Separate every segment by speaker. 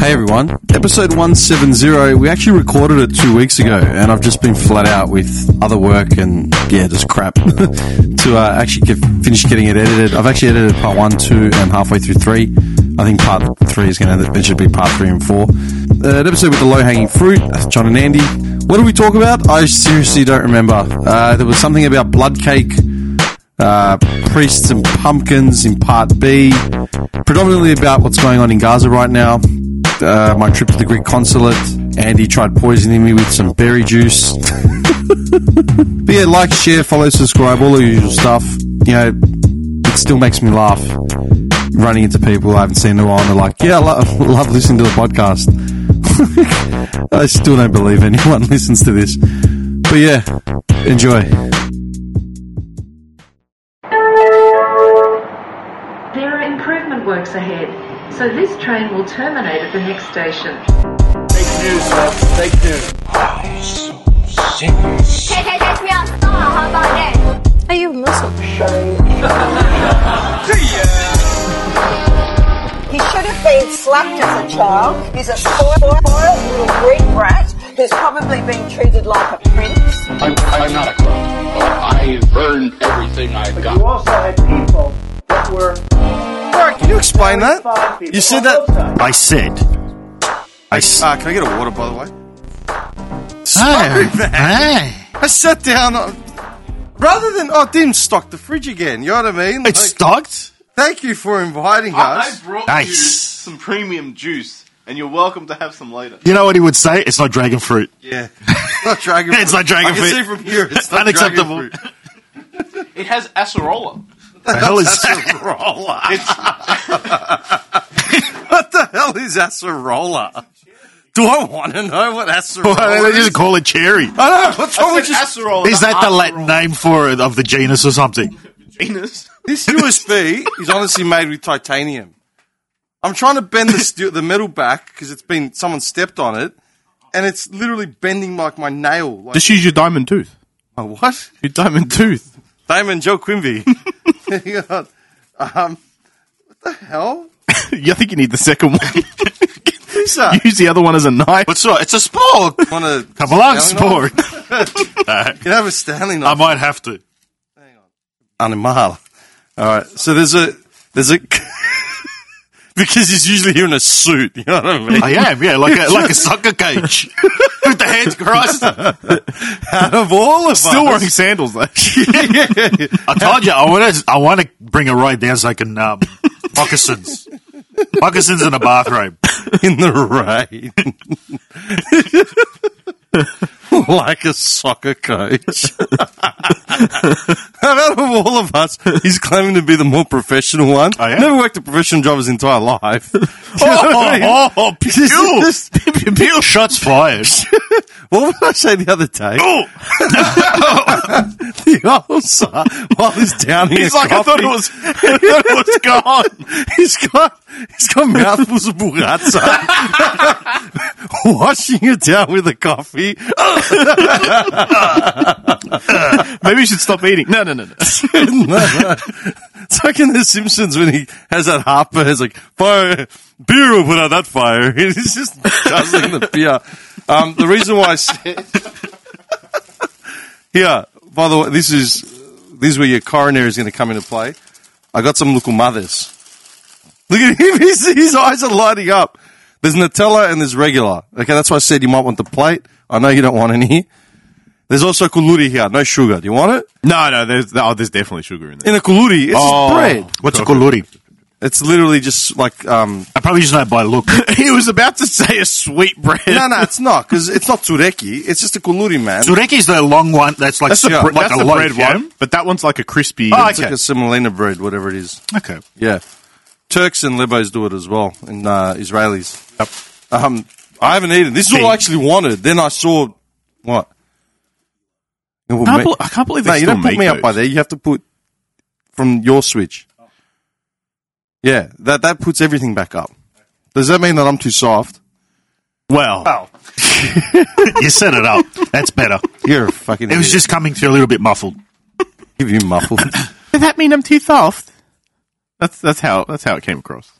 Speaker 1: Hey everyone, episode 170. We actually recorded it two weeks ago, and I've just been flat out with other work and yeah, just crap to uh, actually get, finish getting it edited. I've actually edited part one, two, and halfway through three. I think part three is going to, it should be part three and four. Uh, an episode with the low hanging fruit, that's John and Andy. What did we talk about? I seriously don't remember. Uh, there was something about blood cake uh, priests and pumpkins in part B, predominantly about what's going on in Gaza right now. Uh, my trip to the Greek consulate. Andy tried poisoning me with some berry juice. but yeah, like, share, follow, subscribe, all the usual stuff. You know, it still makes me laugh running into people I haven't seen in a while and they're like, yeah, I lo- love listening to the podcast. I still don't believe anyone listens to this. But yeah, enjoy.
Speaker 2: There are improvement works ahead, so this train will terminate at the next station.
Speaker 3: Fake news, folks. Fake news.
Speaker 4: Take, take, take me outside. How about that?
Speaker 5: Are you Muslim?
Speaker 6: He should have been slapped as a child. He's a spoiled, spoiled little Greek brat who's probably been treated like a prince.
Speaker 7: I'm, I'm not a crook. I earned everything I've
Speaker 3: You
Speaker 7: got.
Speaker 3: also had people that were
Speaker 1: Alright, can you explain that?
Speaker 3: five people.
Speaker 1: You said that.
Speaker 8: I said. I s-
Speaker 1: Uh, can I get a water, by the way?
Speaker 8: Hey,
Speaker 1: Sorry, man.
Speaker 8: hey.
Speaker 1: I sat down. uh, Rather than oh, didn't stock the fridge again. You know what I mean?
Speaker 8: It's
Speaker 1: Like,
Speaker 8: stocked.
Speaker 1: thank you for inviting
Speaker 9: I,
Speaker 1: us.
Speaker 9: I brought you
Speaker 8: Nice.
Speaker 9: some premium juice, and you're welcome to have some later.
Speaker 8: You know what he would say? It's not dragon fruit.
Speaker 1: yeah, not dragon.
Speaker 8: It's not dragon
Speaker 1: I can
Speaker 8: fruit.
Speaker 1: see from here. It's not
Speaker 8: Unacceptable.
Speaker 1: Dragon fruit.
Speaker 9: It has acerola.
Speaker 8: The hell is that?
Speaker 1: Acerola.
Speaker 9: It's,
Speaker 1: what the hell is acerola? Do I want to know what acerola?
Speaker 8: Why don't they
Speaker 1: is?
Speaker 8: just call it cherry.
Speaker 1: I know. What's
Speaker 10: Oh,
Speaker 1: wrong
Speaker 9: I
Speaker 1: with
Speaker 9: said
Speaker 1: you?
Speaker 9: acerola.
Speaker 8: Is that the
Speaker 9: not
Speaker 8: Latin name for it of the genus or something?
Speaker 9: Venus?
Speaker 1: This USB is honestly made with titanium. I'm trying to bend the steel, the metal back because it's been someone stepped on it, and it's literally bending like my nail. Like,
Speaker 10: Just use your diamond tooth.
Speaker 1: my what?
Speaker 10: Your diamond tooth.
Speaker 1: Damon Joe Quimby. Hang on. um, what the hell?
Speaker 10: I think you need the second one.
Speaker 1: Who's that?
Speaker 10: use the other one as a knife.
Speaker 8: What's right? It's a spork.
Speaker 1: Want to
Speaker 8: Come along, spork.
Speaker 1: You have a Stanley
Speaker 8: Uh, I
Speaker 1: knife.
Speaker 8: might have to.
Speaker 1: Animal. All right. So there's a there's a because he's usually here in a suit. You know what I mean?
Speaker 8: I am, yeah, like a, like a soccer coach with the hands crossed.
Speaker 1: Out of all of
Speaker 10: Still
Speaker 1: us,
Speaker 10: wearing sandals though.
Speaker 8: I told you, I want to. I want to bring a ride down so I can um, moccasins, moccasins in a bathrobe.
Speaker 1: in the rain. like a soccer coach. Out of all of us, he's claiming to be the more professional one.
Speaker 8: I am.
Speaker 1: Never worked a professional job his entire life.
Speaker 8: oh, oh, pew,
Speaker 1: This-
Speaker 8: pew, shots fired.
Speaker 1: What did I say the other day?
Speaker 8: Oh,
Speaker 1: The ulcer while he's down here.
Speaker 8: he's like, I thought it was, I thought it was gone.
Speaker 1: He's got he's got mouthfuls of burrata, washing it down with a coffee.
Speaker 10: Maybe you should stop eating. No, no, no, no.
Speaker 1: no, no. It's like in The Simpsons when he has that Harper, he's like, fire, beer will put out that fire. He's just guzzling the beer. Um, the reason why I said. yeah, by the way, this is, this is where your coroner is going to come into play. I got some local mothers. Look at him, his, his eyes are lighting up. There's Nutella and there's regular. Okay, that's why I said you might want the plate. I know you don't want any. There's also kuluri here, no sugar. Do you want it?
Speaker 10: No, no, there's oh, there's definitely sugar in there.
Speaker 1: in a kuluri. It's
Speaker 10: Oh.
Speaker 1: just bread.
Speaker 8: What's it called, Lori?
Speaker 1: It's literally just like um.
Speaker 8: I probably just know by look.
Speaker 10: he was about to say a sweet bread.
Speaker 1: No, no, it's not because it's not tureki. It's just a kuluri, man.
Speaker 8: Tureki's the long one. That's like
Speaker 10: that's the,
Speaker 1: Yeah,
Speaker 10: bre-
Speaker 8: like
Speaker 10: that's
Speaker 8: a
Speaker 10: the
Speaker 8: loaf,
Speaker 10: bread
Speaker 8: yeah?
Speaker 10: one, but that one's like a crispy.
Speaker 8: Oh,
Speaker 1: It's like a semolina bread, whatever it is.
Speaker 8: Okay.
Speaker 1: Yeah, Turks and Lebos do it as well, and uh, Israelis. Yep. Um, I haven't eaten. This is all I actually wanted. Then I saw what. It will
Speaker 10: I, can't
Speaker 1: make-
Speaker 10: bel- I can't believe they
Speaker 1: no, you
Speaker 10: still
Speaker 1: don't put
Speaker 10: make
Speaker 1: me up
Speaker 10: those.
Speaker 1: by there. You have to put from your switch. Yeah, that that puts everything back up. Does that mean that I'm too soft?
Speaker 8: Well,
Speaker 10: Oh.
Speaker 8: you set it up. That's better.
Speaker 1: You're a fucking.
Speaker 8: It was
Speaker 1: idiot.
Speaker 8: just coming through a little bit muffled.
Speaker 1: give you muffled.
Speaker 10: Does that mean I'm too soft? That's that's how that's how it came across.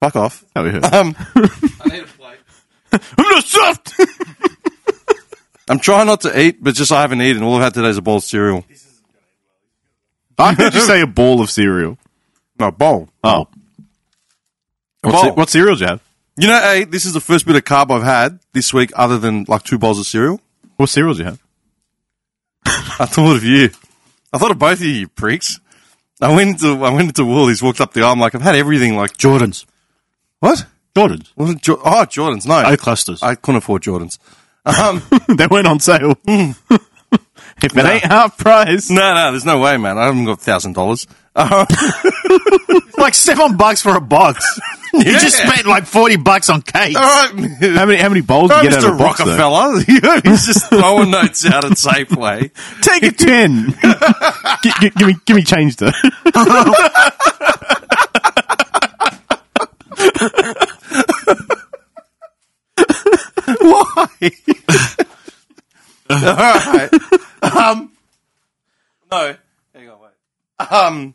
Speaker 1: Fuck off.
Speaker 10: Oh, we heard.
Speaker 1: Um,
Speaker 9: I need a plate.
Speaker 10: I'm not soft.
Speaker 1: I'm trying not to eat, but just I haven't eaten. All I've had today is a bowl of cereal.
Speaker 10: I heard you say a ball of cereal.
Speaker 1: No, bowl.
Speaker 10: Oh,
Speaker 1: Bowl.
Speaker 10: what, ce- what cereal do you have?
Speaker 1: You know, hey, this is the first bit of carb I've had this week other than like two bowls of cereal.
Speaker 10: What cereal do you have?
Speaker 1: I thought of you. I thought of both of you, you pricks. I went into I went into Woolies, walked up the aisle. I'm like, I've had everything. Like,
Speaker 8: Jordans.
Speaker 1: what?
Speaker 8: Jordans.
Speaker 1: Wasn't jo- oh Jordans? No,
Speaker 8: O clusters.
Speaker 1: I couldn't afford Jordans. Um,
Speaker 10: they went on sale.
Speaker 1: Mm.
Speaker 10: if it ain't half price,
Speaker 1: no, no, there's no way, man. I haven't got thousand dollars.
Speaker 8: like seven bucks for a box. You
Speaker 1: Yeah.
Speaker 8: just spent like forty bucks on cakes.
Speaker 1: All right, man.
Speaker 10: how many how many bowls do you
Speaker 1: Right,
Speaker 10: get out
Speaker 1: Mr.
Speaker 10: of a box? though?
Speaker 1: Rockefeller, he's just throwing notes out at Safeway.
Speaker 10: Take a ten. Gi- gi- give me give me change though.
Speaker 1: Alright. Um, no. Hang on, wait. Um,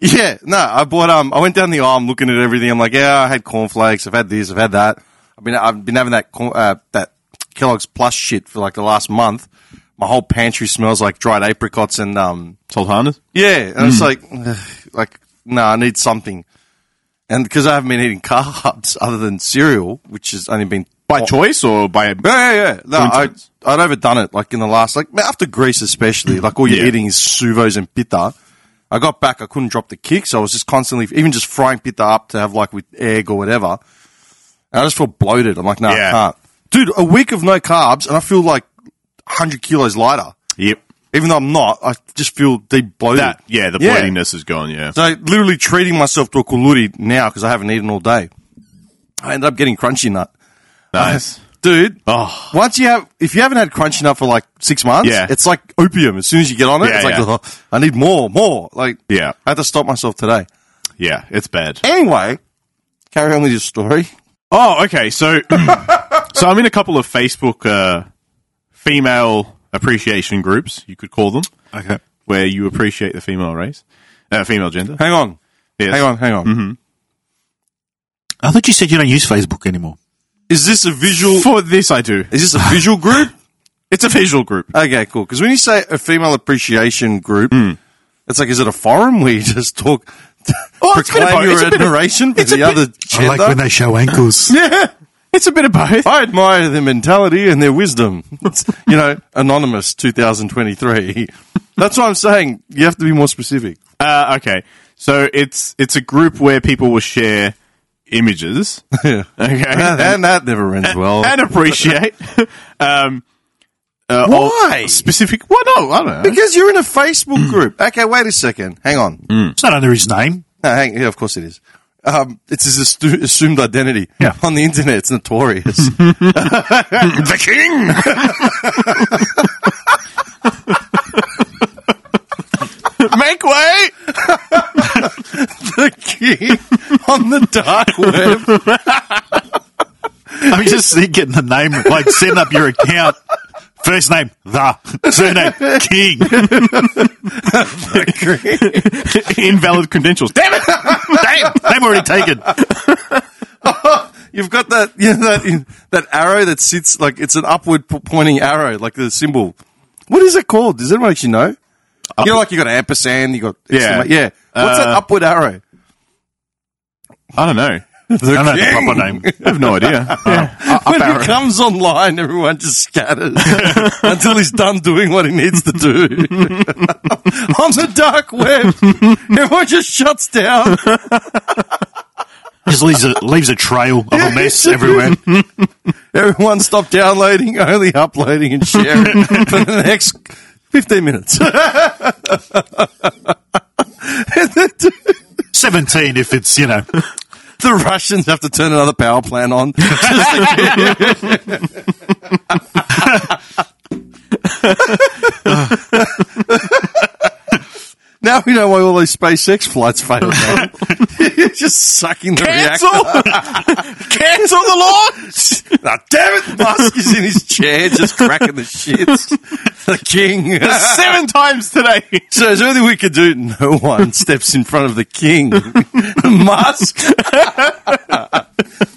Speaker 1: yeah, no, I bought, um, I went down the aisle, I'm looking at everything. I'm like, yeah, I had cornflakes. I've had this. I've had that. I've been, I've been having that, corn, uh, that Kellogg's Plus shit for like the last month. My whole pantry smells like dried apricots and, um,
Speaker 10: Sultanas.
Speaker 1: yeah. And it's like, ugh, like, no, I need something. And because I haven't been eating carbs other than cereal, which has only been
Speaker 10: By choice or by
Speaker 1: yeah, yeah, yeah. No, I,
Speaker 10: Coincidence.
Speaker 1: I'd overdone it. Like in the last, like after Greece, especially, like all you're
Speaker 10: Yeah.
Speaker 1: eating is suvos and pita. I got back, I couldn't drop the kick, so I was just constantly, even just frying pita up to have like with egg or whatever. And I just feel bloated. I'm like, no,
Speaker 10: Yeah.
Speaker 1: I can't. Dude, a week of no carbs, and I feel like 100 kilos lighter.
Speaker 10: Yep.
Speaker 1: Even though I'm not, I just feel deep bloated.
Speaker 10: That yeah, the
Speaker 1: Yeah.
Speaker 10: bloatiness is gone, yeah.
Speaker 1: So literally treating myself to a kuluri now because I haven't eaten all day. I ended up getting crunchy nut.
Speaker 10: Nice.
Speaker 1: Dude,
Speaker 10: Oh.
Speaker 1: once you have, if you haven't had Crunchy Nut for like six months,
Speaker 10: Yeah.
Speaker 1: it's like opium. As soon as you get on it,
Speaker 10: Yeah,
Speaker 1: it's like,
Speaker 10: yeah.
Speaker 1: "Ugh, I need more, more. Like,
Speaker 10: Yeah.
Speaker 1: I had to stop myself today.
Speaker 10: Yeah, it's bad.
Speaker 1: Anyway, carry on with your story.
Speaker 10: Oh, okay. So, so I'm in a couple of Facebook uh, female appreciation groups, you could call them,
Speaker 8: Okay.
Speaker 10: where you appreciate the female race, uh, female gender.
Speaker 1: Hang on,
Speaker 10: Yes.
Speaker 1: hang on, hang on.
Speaker 10: Mm-hmm.
Speaker 8: I thought you said you don't use Facebook anymore.
Speaker 1: Is this a visual?
Speaker 10: For this, I do.
Speaker 1: Is this a visual group?
Speaker 10: It's a visual group.
Speaker 1: Okay, cool. Because when you say a female appreciation group,
Speaker 10: Hmm.
Speaker 1: it's like, is it a forum where you just talk,
Speaker 10: Oh, it's a bit of
Speaker 1: proclaim
Speaker 10: both.
Speaker 1: your
Speaker 10: It's a bit of-
Speaker 1: admiration for
Speaker 10: it's a
Speaker 1: the
Speaker 10: bit-
Speaker 1: other
Speaker 8: I
Speaker 1: gender?
Speaker 8: like when they show ankles.
Speaker 10: Yeah, it's a bit of both.
Speaker 1: I admire their mentality and their wisdom. It's, you know, anonymous 2023. That's what I'm saying. You have to be more specific.
Speaker 10: Uh, okay, so it's it's a group where people will share images.
Speaker 1: Yeah.
Speaker 10: Okay,
Speaker 1: And, and that never ends well.
Speaker 10: and appreciate. um, uh, or
Speaker 1: Why?
Speaker 10: specific? Well, no, I don't know.
Speaker 1: because you're in a Facebook group. Okay, wait a second. Hang on.
Speaker 8: It's not under his name.
Speaker 1: No, hang, yeah, of course it is. Um, it's his astu- assumed identity.
Speaker 8: Yeah.
Speaker 1: On the internet, it's notorious.
Speaker 10: the king. Make way!
Speaker 1: the key on the dark web.
Speaker 8: I'm just thinking the name, like setting up your account. First name, the. Surname, King.
Speaker 10: Invalid credentials. Damn it!
Speaker 8: Damn, they've already taken.
Speaker 1: You've got that, you know, that, that arrow that sits like it's an upward p- pointing arrow, like the symbol. What is it called? Does anyone actually know? you know, like you got an ampersand, you got
Speaker 10: Yeah.
Speaker 1: exclama- yeah. What's that
Speaker 10: Uh,
Speaker 1: upward arrow?
Speaker 10: I don't know.
Speaker 8: I don't know the proper name.
Speaker 10: I have no
Speaker 8: Uh,
Speaker 10: idea.
Speaker 1: when he comes online, everyone just scatters until he's done doing what he needs to do. on the dark web, everyone just shuts down.
Speaker 8: Just leaves a, leaves a trail of a mess everywhere.
Speaker 1: Everyone stop downloading, only uploading and sharing for the next 15 minutes.
Speaker 8: 17 if it's, you know.
Speaker 1: the Russians have to turn another power plant on. Now we know why all those SpaceX flights failed. man. Just sucking the
Speaker 8: Cancel,
Speaker 1: reactor.
Speaker 8: cancel the launch.
Speaker 1: Ah, damn it! Musk is in his chair, just cracking the shits. The king.
Speaker 8: Seven times today.
Speaker 1: So is there anything we could do? No one steps in front of the king. Musk.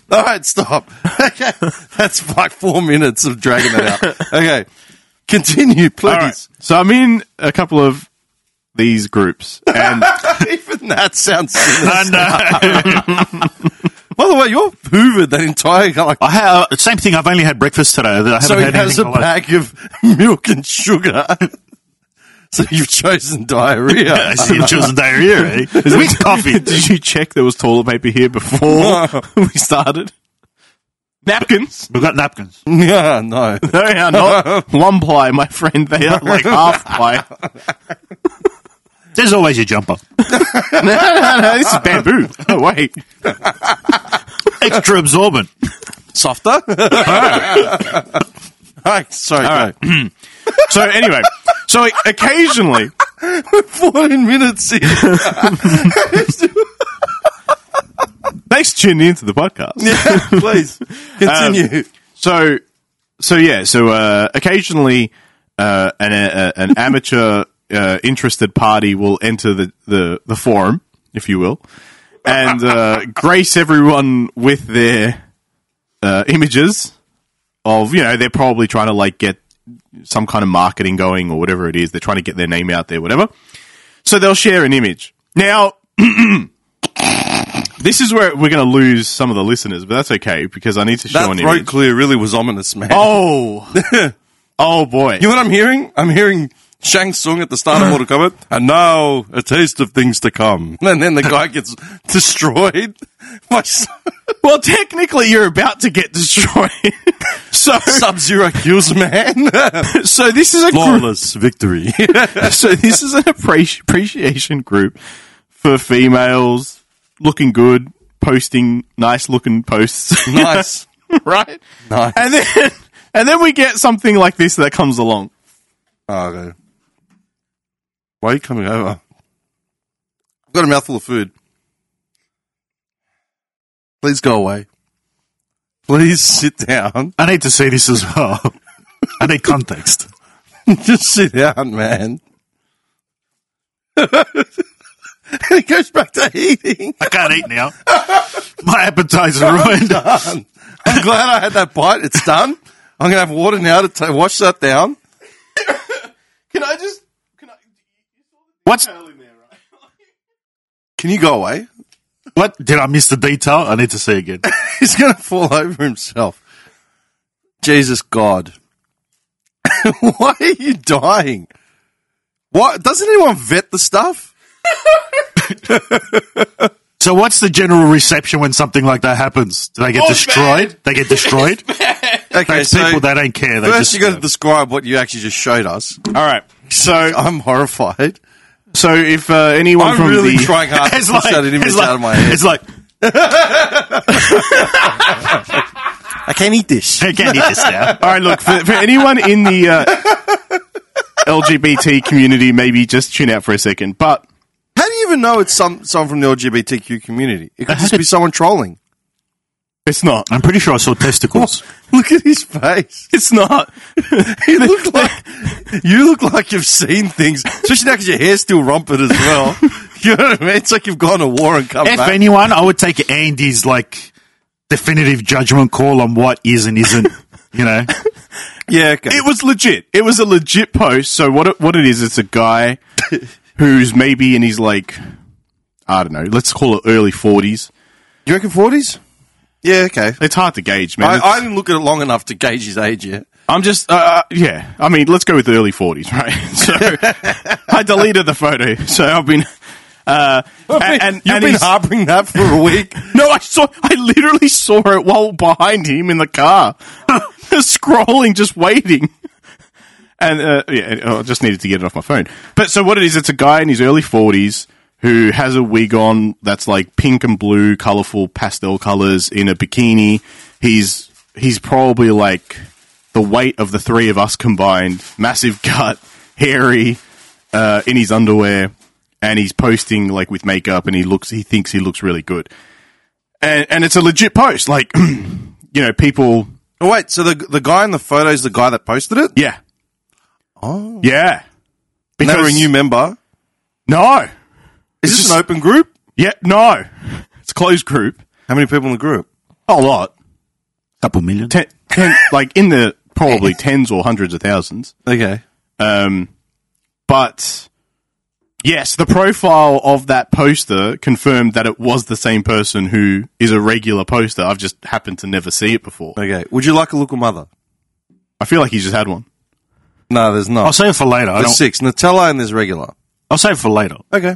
Speaker 1: All right, stop. Okay, that's like four minutes of dragging that out. Okay, continue, please.
Speaker 8: All right. So I'm in a couple of these groups, and
Speaker 1: Even that sounds. Sinister.
Speaker 9: And, uh,
Speaker 1: By the way, you're hoovered that entire like.
Speaker 9: I have same thing. I've only had breakfast today. I haven't
Speaker 1: So he
Speaker 9: had
Speaker 1: has a
Speaker 9: anything. for lunch.
Speaker 1: bag of milk and sugar. so you've chosen diarrhea.
Speaker 9: I see you've chosen diarrhea. Eh? With coffee.
Speaker 8: did you check there was toilet paper here before we started? Napkins?
Speaker 9: We've got napkins.
Speaker 1: Yeah, no.
Speaker 8: No, they are not one ply, my friend. They are like half ply.
Speaker 9: There's always a jumper.
Speaker 8: No, no, no. This is bamboo. Oh wait,
Speaker 9: Extra absorbent.
Speaker 1: Softer? All right, sorry.
Speaker 8: All
Speaker 1: All
Speaker 8: right. So anyway, so like, occasionally,
Speaker 1: 14 minutes in.
Speaker 8: thanks for tuning into the podcast. Um,
Speaker 1: Yeah, please. Continue.
Speaker 8: So, so yeah, so uh, occasionally uh, an, a, an amateur uh, interested party will enter the, the, the forum, if you will, and uh, grace everyone with their uh, images of you know they're probably trying to like get some kind of marketing going or whatever it is they're trying to get their name out there, whatever. So they'll share an image now. This is where we're going to lose some of the listeners, but that's okay because I need to show
Speaker 1: that
Speaker 8: an
Speaker 1: throat
Speaker 8: image.
Speaker 1: clear really was ominous, man.
Speaker 8: Oh. oh boy.
Speaker 1: You know what I'm hearing? I'm hearing Shang Tsung at the start of Mortal Kombat, and now a taste of things to come. And then the guy gets destroyed by
Speaker 8: well, technically you're about to get destroyed. so
Speaker 1: Sub Zero kills man.
Speaker 8: so this is a group,
Speaker 1: Flawless victory.
Speaker 8: so this is an appreci- appreciation group for females looking good, posting nice looking posts,
Speaker 1: nice.
Speaker 8: right?
Speaker 1: Nice.
Speaker 8: And then and then we get something like this that comes along.
Speaker 1: Oh, okay. Why are you coming over? I've got a mouthful of food. Please go away. Please sit down.
Speaker 9: I need to see this as well. I need context.
Speaker 1: Just sit down, man. and he goes back to eating.
Speaker 9: I can't eat now. My appetite's ruined.
Speaker 1: I'm glad I had that bite. It's done. I'm going to have water now to ta wash that down.
Speaker 8: Can I just
Speaker 9: What's
Speaker 1: Can you go away?
Speaker 9: what? Did I miss the detail? I need to see again.
Speaker 1: He's going to fall over himself. Jesus God. Why are you dying? Why Doesn't anyone vet the stuff?
Speaker 9: So, what's the general reception when something like that happens? Do they
Speaker 8: Oh,
Speaker 9: get destroyed? They get destroyed.
Speaker 1: Okay,
Speaker 9: Those people they don't care. They
Speaker 1: first
Speaker 9: just
Speaker 1: you got to describe what you actually just showed us.
Speaker 8: All right. So
Speaker 1: I'm horrified.
Speaker 8: so if uh, anyone
Speaker 1: I'm
Speaker 8: from
Speaker 1: really
Speaker 8: the
Speaker 1: trying hard to
Speaker 9: It's
Speaker 1: push
Speaker 9: like,
Speaker 1: that image
Speaker 9: it's like,
Speaker 1: out of my head.
Speaker 9: it's like
Speaker 1: I can't eat this.
Speaker 9: I can't eat this now.
Speaker 8: All right, look for, for anyone in the uh, LGBT community, maybe just tune out for a second. But
Speaker 1: How do you even know it's some someone from the LGBTQ community? It could just be someone trolling.
Speaker 8: it's not.
Speaker 9: I'm pretty sure I saw testicles.
Speaker 1: Look at his face.
Speaker 8: It's not.
Speaker 1: You look like you look like you've seen things, especially now because your hair's still rumpled as well. You know what I mean? It's like you've gone to war and come
Speaker 9: if
Speaker 1: back.
Speaker 9: anyone, I would take Andy's like definitive judgment call on what is and isn't. You know,
Speaker 1: yeah, okay.
Speaker 8: It was legit. It was a legit post. So what? It, what it is? It's a guy who's maybe in his like, I don't know. Let's call it early forties.
Speaker 1: you reckon forties? Yeah, okay.
Speaker 8: It's hard to gauge, man.
Speaker 1: I,
Speaker 8: It's-
Speaker 1: I didn't look at it long enough to gauge his age yet.
Speaker 8: I'm just, uh, uh, yeah. I mean, let's go with the early 40s, right? So I deleted the photo. So I've been, uh, and, and,
Speaker 1: You've
Speaker 8: and
Speaker 1: been
Speaker 8: he's-
Speaker 1: harboring that for a week.
Speaker 8: No, I saw. I literally saw it while behind him in the car, scrolling, just waiting. And uh, yeah, I just needed to get it off my phone. But so what it is? It's a guy in his early forties who has a wig on that's like pink and blue, colorful pastel colors in a bikini. He's he's probably like the weight of the three of us combined. Massive gut, hairy, uh, in his underwear,
Speaker 10: and he's posting like with makeup, and he looks he thinks he looks really good, and and it's a legit post. Like you know, people,
Speaker 1: Oh, wait, so the the guy in the photo is the guy that posted it?
Speaker 10: yeah, oh yeah,
Speaker 1: Never a new member. Is
Speaker 10: no, It's
Speaker 1: this
Speaker 10: just-
Speaker 1: an open group?
Speaker 10: yeah, no, it's a closed group,
Speaker 1: How many people in the group?
Speaker 10: a lot,
Speaker 8: Couple million.
Speaker 10: ten, ten, like in the probably tens or hundreds of thousands.
Speaker 1: Okay.
Speaker 10: Um, but yes, the profile of that poster confirmed that it was the same person who is a regular poster. I've just happened to never see it before.
Speaker 1: Okay. Would you like a look at mother?
Speaker 10: I feel like he just had one.
Speaker 1: No, there's
Speaker 8: I'll
Speaker 1: not.
Speaker 8: save it for later. I
Speaker 1: There's
Speaker 8: don't,
Speaker 1: six. Nutella and there's regular.
Speaker 8: I'll save it for later.
Speaker 1: Okay.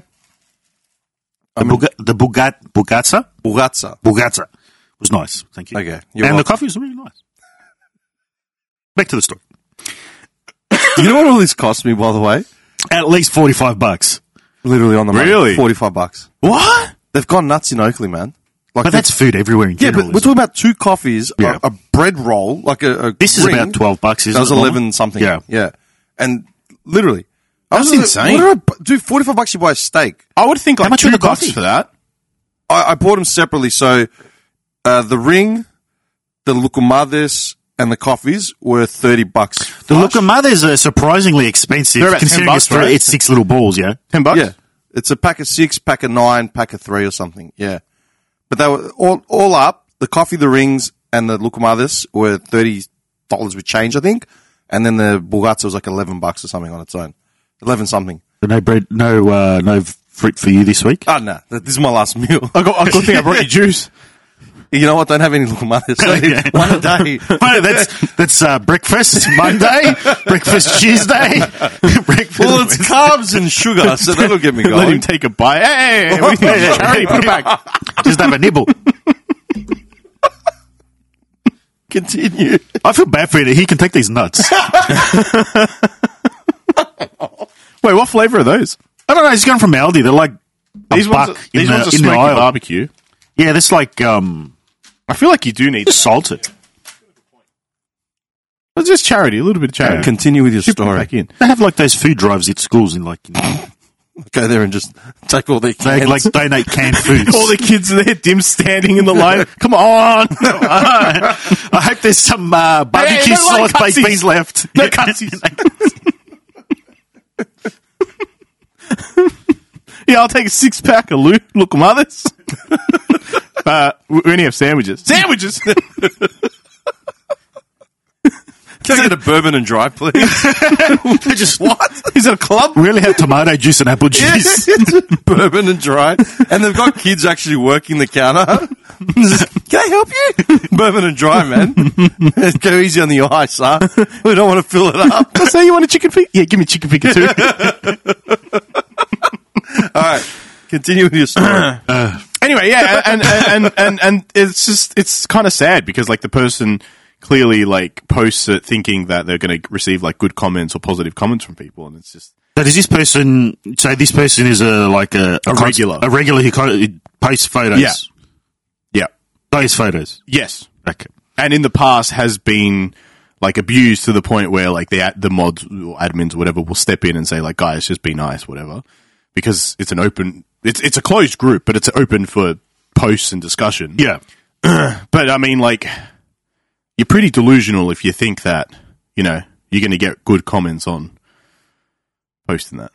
Speaker 8: The, Buga- the Bugat- Bugatza?
Speaker 1: Bugazza.
Speaker 8: Bugatza was nice. Thank you.
Speaker 1: Okay,
Speaker 8: And
Speaker 1: you're
Speaker 8: the
Speaker 1: welcome.
Speaker 8: coffee was really nice. Back to the story.
Speaker 1: you know what all this cost me, by the way?
Speaker 8: At least 45 bucks.
Speaker 1: Literally on the money.
Speaker 10: Really?
Speaker 1: 45 bucks.
Speaker 8: What?
Speaker 1: They've gone nuts in Oakley, man. Like
Speaker 8: But
Speaker 1: they-
Speaker 8: that's food everywhere in
Speaker 1: Yeah,
Speaker 8: general.
Speaker 1: but we're talking about two coffees,
Speaker 8: Yeah.
Speaker 1: a, a bread roll, like a, a
Speaker 8: This is
Speaker 1: ring.
Speaker 8: about 12 bucks, isn't
Speaker 1: That was
Speaker 8: it, Norman?
Speaker 1: 11 something.
Speaker 8: Yeah.
Speaker 1: Yeah. And literally. I
Speaker 10: That's
Speaker 1: was like,
Speaker 10: insane.
Speaker 1: What did I, bu- dude, 45 bucks you buy a steak.
Speaker 10: I would think like
Speaker 8: much
Speaker 10: two
Speaker 8: for the
Speaker 10: bucks
Speaker 8: coffee?
Speaker 10: for that.
Speaker 1: I, I bought them separately. So uh, the ring, the lucumades, and the coffees were 30 bucks.
Speaker 8: the
Speaker 1: flush.
Speaker 8: Luca Mothers are surprisingly expensive
Speaker 10: They're about 10
Speaker 8: considering
Speaker 10: bucks,
Speaker 8: it's, three-
Speaker 10: right?
Speaker 8: it's six little balls, yeah?
Speaker 10: Ten bucks.
Speaker 1: Yeah. It's a pack of six, pack of nine, pack of three or something. Yeah. But they were all, all up. The coffee, the rings, and the Lucumadas were $30 with change, I think. And then the Bugatza was like 11 bucks or something on its own. 11 something.
Speaker 8: No bread, no, uh, no fruit for you this week.
Speaker 1: Oh, no. Th- This is my last meal.
Speaker 10: Uh, I got, I good thing I brought you juice.
Speaker 1: you know what? Don't have any Lucumadas.
Speaker 8: Okay.
Speaker 1: One a day.
Speaker 8: Well, that's that's uh, breakfast Monday, breakfast Tuesday, breakfast.
Speaker 1: well, it's carbs and sugar, so that'll get me going.
Speaker 10: Let him take a bite. Hey, hey, hey, what do you think? Charity, put it back.
Speaker 8: Just have a nibble.
Speaker 1: continue.
Speaker 8: I feel bad for you. He can take these nuts.
Speaker 10: Wait, what flavor are those?
Speaker 8: I don't know. He's going from Aldi. They're like a
Speaker 10: These
Speaker 8: buck
Speaker 10: ones.
Speaker 8: in
Speaker 10: these
Speaker 8: the,
Speaker 10: ones are
Speaker 8: in the
Speaker 10: smoky
Speaker 8: aisle.
Speaker 10: barbecue.
Speaker 8: Yeah, that's like um,
Speaker 10: I feel like you do need.
Speaker 8: salted.
Speaker 10: It's just charity, a little bit of charity.
Speaker 1: Continue with your
Speaker 10: Chip it
Speaker 1: story.
Speaker 10: back in.
Speaker 8: They have like those food drives at schools in like you know,
Speaker 1: Go there and just take all the
Speaker 8: they like donate canned foods.
Speaker 10: All the kids are there, dim standing in the line. Come on.
Speaker 8: I hope there's some uh,
Speaker 10: Hey,
Speaker 8: barbecue
Speaker 10: no light
Speaker 8: sauce baked
Speaker 10: cutsies.
Speaker 8: beans left.
Speaker 10: No cutsies. Yeah, I'll take a six pack of Lou. Look, mothers. uh, we we only have sandwiches. Sandwiches.
Speaker 1: Can I get a bourbon and dry, please?
Speaker 8: just what?
Speaker 10: Is it a club?
Speaker 8: We only have tomato juice and apple juice.
Speaker 1: bourbon and dry. And they've got kids actually working the counter. Can I help you? Bourbon and dry, man. Go easy on the ice, huh? We don't want to fill it up.
Speaker 10: I say you want a chicken fig. Yeah, give me a chicken fig too.
Speaker 1: Continue with your story.
Speaker 10: anyway, yeah, and and, and and and it's just it's kind of sad because like the person clearly like posts it thinking that they're going to receive like good comments or positive comments from people, and it's just
Speaker 8: So does this person? So this person is a like a,
Speaker 10: A
Speaker 8: cons-
Speaker 10: regular.
Speaker 8: a regular who co- who posts photos.
Speaker 10: Yeah. yeah,
Speaker 8: those photos.
Speaker 10: yes,
Speaker 8: Okay.
Speaker 10: and in the past has been like abused to the point where like the ad- the mods or admins or whatever will step in and say like guys just be nice whatever because it's an open it's it's a closed group but it's open for posts and discussion
Speaker 8: Yeah.
Speaker 10: but I mean, like, you're pretty delusional if you think that you know you're going to get good comments on posting that.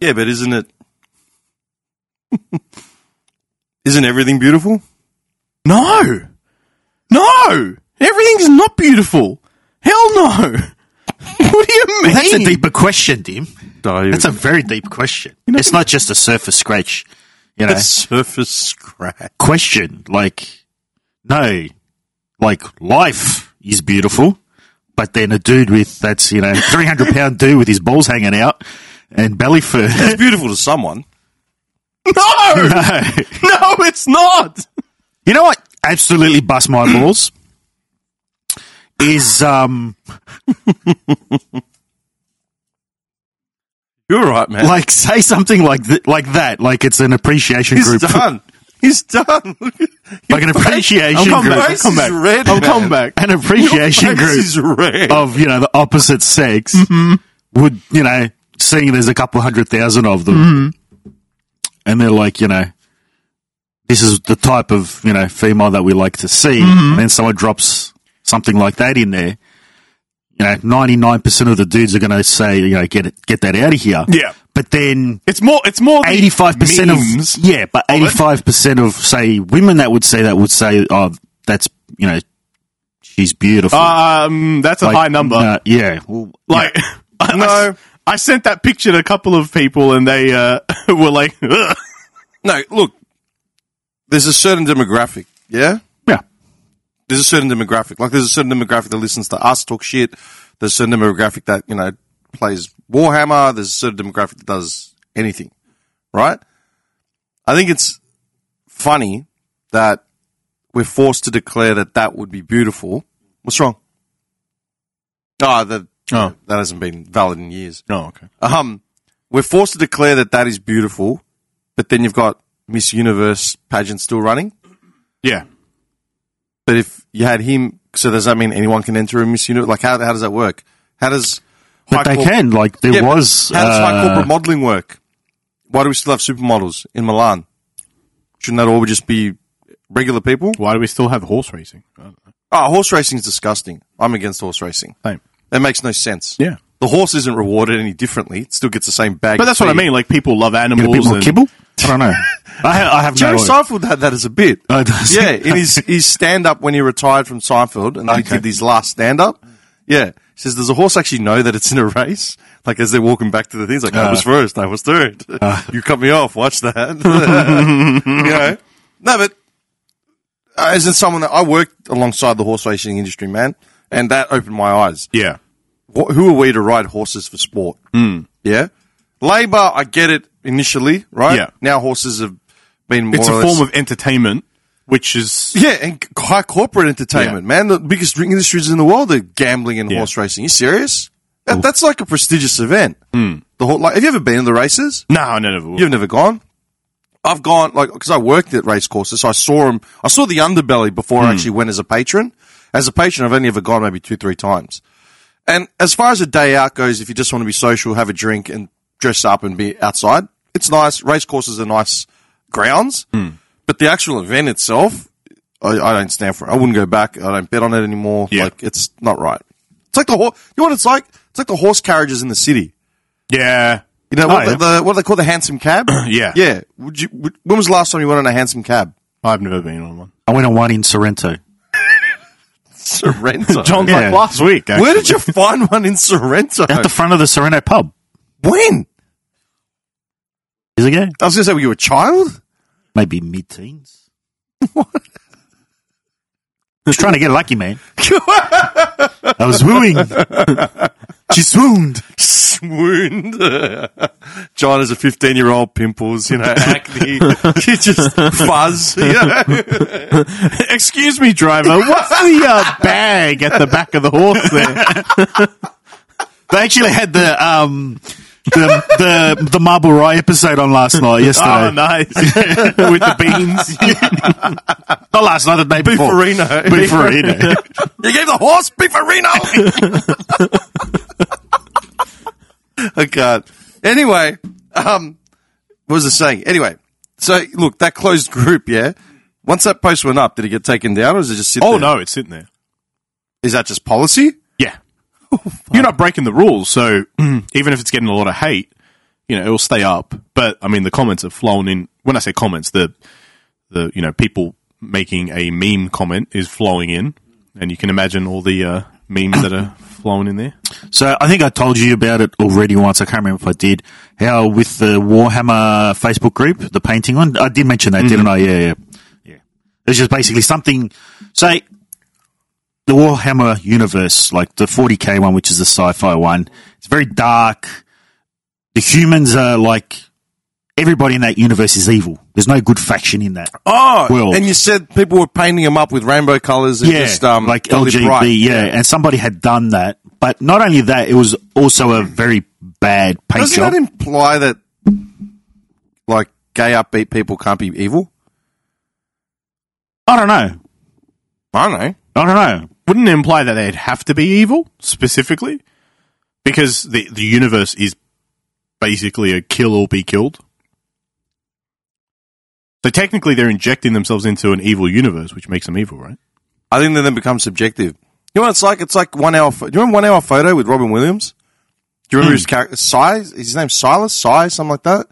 Speaker 1: Yeah, but isn't it? Isn't everything beautiful?
Speaker 10: No, no, everything's not beautiful. Hell no. what do you mean?
Speaker 8: That's a deeper question, Dim. That's
Speaker 1: That's
Speaker 8: a very deep question. it's not just a surface scratch. You know,
Speaker 1: a surface scratch.
Speaker 8: question like, no, like life is beautiful, but then a dude with that's you know three hundred pound dude with his balls hanging out and belly fur.
Speaker 1: It's beautiful to someone.
Speaker 10: no,
Speaker 8: no,
Speaker 10: no, it's not.
Speaker 8: you know what? Absolutely bust my balls. Is um
Speaker 1: You're right, man.
Speaker 8: like say something like th- like that like it's an appreciation
Speaker 1: He's
Speaker 8: group
Speaker 1: done. He's done.
Speaker 8: like an appreciation
Speaker 10: I'll come
Speaker 8: group
Speaker 10: back. I'll come back. I'll come back. Oh.
Speaker 8: an appreciation
Speaker 1: This
Speaker 8: group
Speaker 1: is red.
Speaker 8: of you know the opposite
Speaker 10: Mm-hmm. Mm-hmm.
Speaker 8: sex would you know seeing there's a couple hundred thousand of them and they're like, you know, this is the type of you know female that we like to see,
Speaker 10: Mm-hmm.
Speaker 8: and then someone drops something like that in there. You know, ninety nine percent of the dudes are going to say, you know, get it, get that out of here.
Speaker 10: Yeah.
Speaker 8: but then
Speaker 10: It's more. It's more the
Speaker 8: eighty five percent of
Speaker 10: memes.
Speaker 8: yeah, but
Speaker 10: of it.
Speaker 8: eighty five percent of say women that would say that would say, oh, that's you know, she's beautiful.
Speaker 10: Um, that's a
Speaker 8: Like,
Speaker 10: high number.
Speaker 8: nah, yeah, well,
Speaker 10: Like, I- I, s- I sent that picture to a couple of people, and they uh, were like, "Ugh."
Speaker 1: No, look, there's a certain demographic, yeah?
Speaker 8: yeah,
Speaker 1: There's a certain demographic. Like, there's a certain demographic that listens to us talk shit. There's a certain demographic that, you know, plays Warhammer. There's a certain demographic that does anything, right? I think it's funny that we're forced to declare that that would be beautiful. What's wrong? Ah, that,
Speaker 10: Oh.
Speaker 1: that hasn't been valid in years.
Speaker 10: "Oh, okay."
Speaker 1: Um, we're forced to declare that that is beautiful, but then you've got Miss Universe pageant still running.
Speaker 10: Yeah,
Speaker 1: But if you had him, so does that mean anyone can enter a Miss Universe? Like, how, how does that work? How does
Speaker 8: but
Speaker 1: high
Speaker 8: they
Speaker 1: corp-
Speaker 8: can. Like there
Speaker 1: Yeah, but
Speaker 8: was
Speaker 1: how does high
Speaker 8: uh,
Speaker 1: corporate modelling work? Why do we still have supermodels in Milan? Shouldn't that all just be regular people?
Speaker 10: why do we still have horse racing? I don't know.
Speaker 1: Oh, horse racing is disgusting. I'm against horse racing.
Speaker 10: Same.
Speaker 1: That makes no sense.
Speaker 10: Yeah.
Speaker 1: the horse isn't rewarded any differently. It still gets the same bag.
Speaker 10: But
Speaker 1: of
Speaker 10: that's what I
Speaker 1: tea.
Speaker 10: mean. Like, people love
Speaker 8: get a bit
Speaker 10: animals.
Speaker 8: more
Speaker 10: and-
Speaker 8: kibble. I don't know. I, ha- I have
Speaker 1: Jerry
Speaker 8: no.
Speaker 1: Seinfeld had that as a bit.
Speaker 8: Oh, does he?
Speaker 1: yeah, in his, his stand up when he retired from Seinfeld and he
Speaker 8: Okay.
Speaker 1: did his last stand up. Yeah. He says, Does a horse actually know that it's in a race? Like as they're walking back to the things, like, I
Speaker 10: Uh.
Speaker 1: was first, I was third. you cut me off, watch that. you know? No, but uh, as in someone that I worked alongside the horse racing industry, man, and that opened my eyes
Speaker 10: Yeah, Hmm.
Speaker 1: wh- who are we to ride horses for sport? Mm. Yeah. Labor, I get it initially, right?
Speaker 10: Yeah.
Speaker 1: Now horses have been more
Speaker 10: it's
Speaker 1: or
Speaker 10: a
Speaker 1: less-
Speaker 10: form of entertainment, which is
Speaker 1: yeah, and c- high corporate entertainment, man. The biggest drink industries in the world are gambling and
Speaker 10: Yeah.
Speaker 1: horse racing. You serious? That, that's like a prestigious event. Mm. The whole, like, have you ever been to the races?
Speaker 10: no, I never will.
Speaker 1: You've never gone. I've gone like because I worked at race courses, so I saw them. I saw the underbelly before I actually went as a patron. As a patron, I've only ever gone maybe two, three times. And as far as a day out goes, if you just want to be social, have a drink, and dress up and be outside, it's nice. Race courses are nice grounds, but the actual event itself, I, I don't stand for. it. I wouldn't go back. I don't bet on it anymore.
Speaker 10: Yeah.
Speaker 1: Like it's not right. It's like the horse. You know what it's like? It's like the horse carriages in the city.
Speaker 10: yeah,
Speaker 1: You know
Speaker 10: Oh,
Speaker 1: what,
Speaker 10: yeah.
Speaker 1: the, the, what do they call the handsome cab?
Speaker 10: Yeah.
Speaker 1: yeah. Would you? Would, when was the last time you went on a handsome cab?
Speaker 10: I've never been on one.
Speaker 8: I went on one in Sorrento.
Speaker 1: Sorrento.
Speaker 10: John's
Speaker 8: Yeah.
Speaker 10: like last week.
Speaker 1: Where
Speaker 10: actually.
Speaker 1: did you find one in Sorrento?
Speaker 8: At the front of the Sorrento pub.
Speaker 1: when?
Speaker 8: Years ago?
Speaker 1: I was going to say, were you a child?
Speaker 8: Maybe mid teens. Just trying to get lucky, man. I was wooing. she swooned.
Speaker 1: Swooned. John is a fifteen-year-old, pimples, you know, acne, just fuzz. You know?
Speaker 10: Excuse me, driver. What's the uh, bag at the back of the horse there?
Speaker 8: They actually had the um the the, the Marble Rye episode on last night, yesterday.
Speaker 10: Oh, nice. With the beans.
Speaker 8: Not last night, the day before.
Speaker 1: Beefarino.
Speaker 8: Beefarino.
Speaker 1: You gave the horse Beefarino. I can't. Oh, Anyway, um, what was I saying? Anyway, so look, that closed group, yeah. Once that post went up, did it get taken down, or is it just sit
Speaker 10: Oh,
Speaker 1: there?
Speaker 10: no, it's sitting there.
Speaker 1: Is that just policy?
Speaker 10: Yeah. You're not breaking the rules, so even if it's getting a lot of hate, you know, it'll stay up. But I mean the comments have flown in when I say comments, the the you know, people making a meme comment is flowing in. And you can imagine all the uh, memes that are flowing in there.
Speaker 8: So I think I told you about it already once. I can't remember if I did. How with the Warhammer Facebook group, the painting one. I did mention that, didn't I? Yeah, yeah, yeah. It's just basically something. Say the Warhammer universe, like the 40k one, which is the sci-fi one. It's very dark. The humans are like everybody in that universe is evil. There's no good faction in that.
Speaker 1: Oh,
Speaker 8: Well-
Speaker 1: and you said people were painting them up with rainbow colours and just um,
Speaker 8: like
Speaker 1: to live
Speaker 8: LGBT,
Speaker 1: right.
Speaker 8: yeah. And somebody had done that, but not only that, it was also a very bad paint
Speaker 1: Doesn't
Speaker 8: job.
Speaker 1: that imply that like gay upbeat people can't be evil?
Speaker 8: I don't know.
Speaker 1: I don't know.
Speaker 8: I don't know.
Speaker 10: Wouldn't it imply that they'd have to be evil specifically? Because the the universe is basically a kill or be killed. So technically, they're injecting themselves into an evil universe, which makes them evil, right?
Speaker 1: I think they then become subjective. You know what it's like? It's like one hour. pho- Do you remember one hour photo with Robin Williams? Do
Speaker 10: Hmm.
Speaker 1: you remember his character? Si? Is his name Silas? Si? Something like that?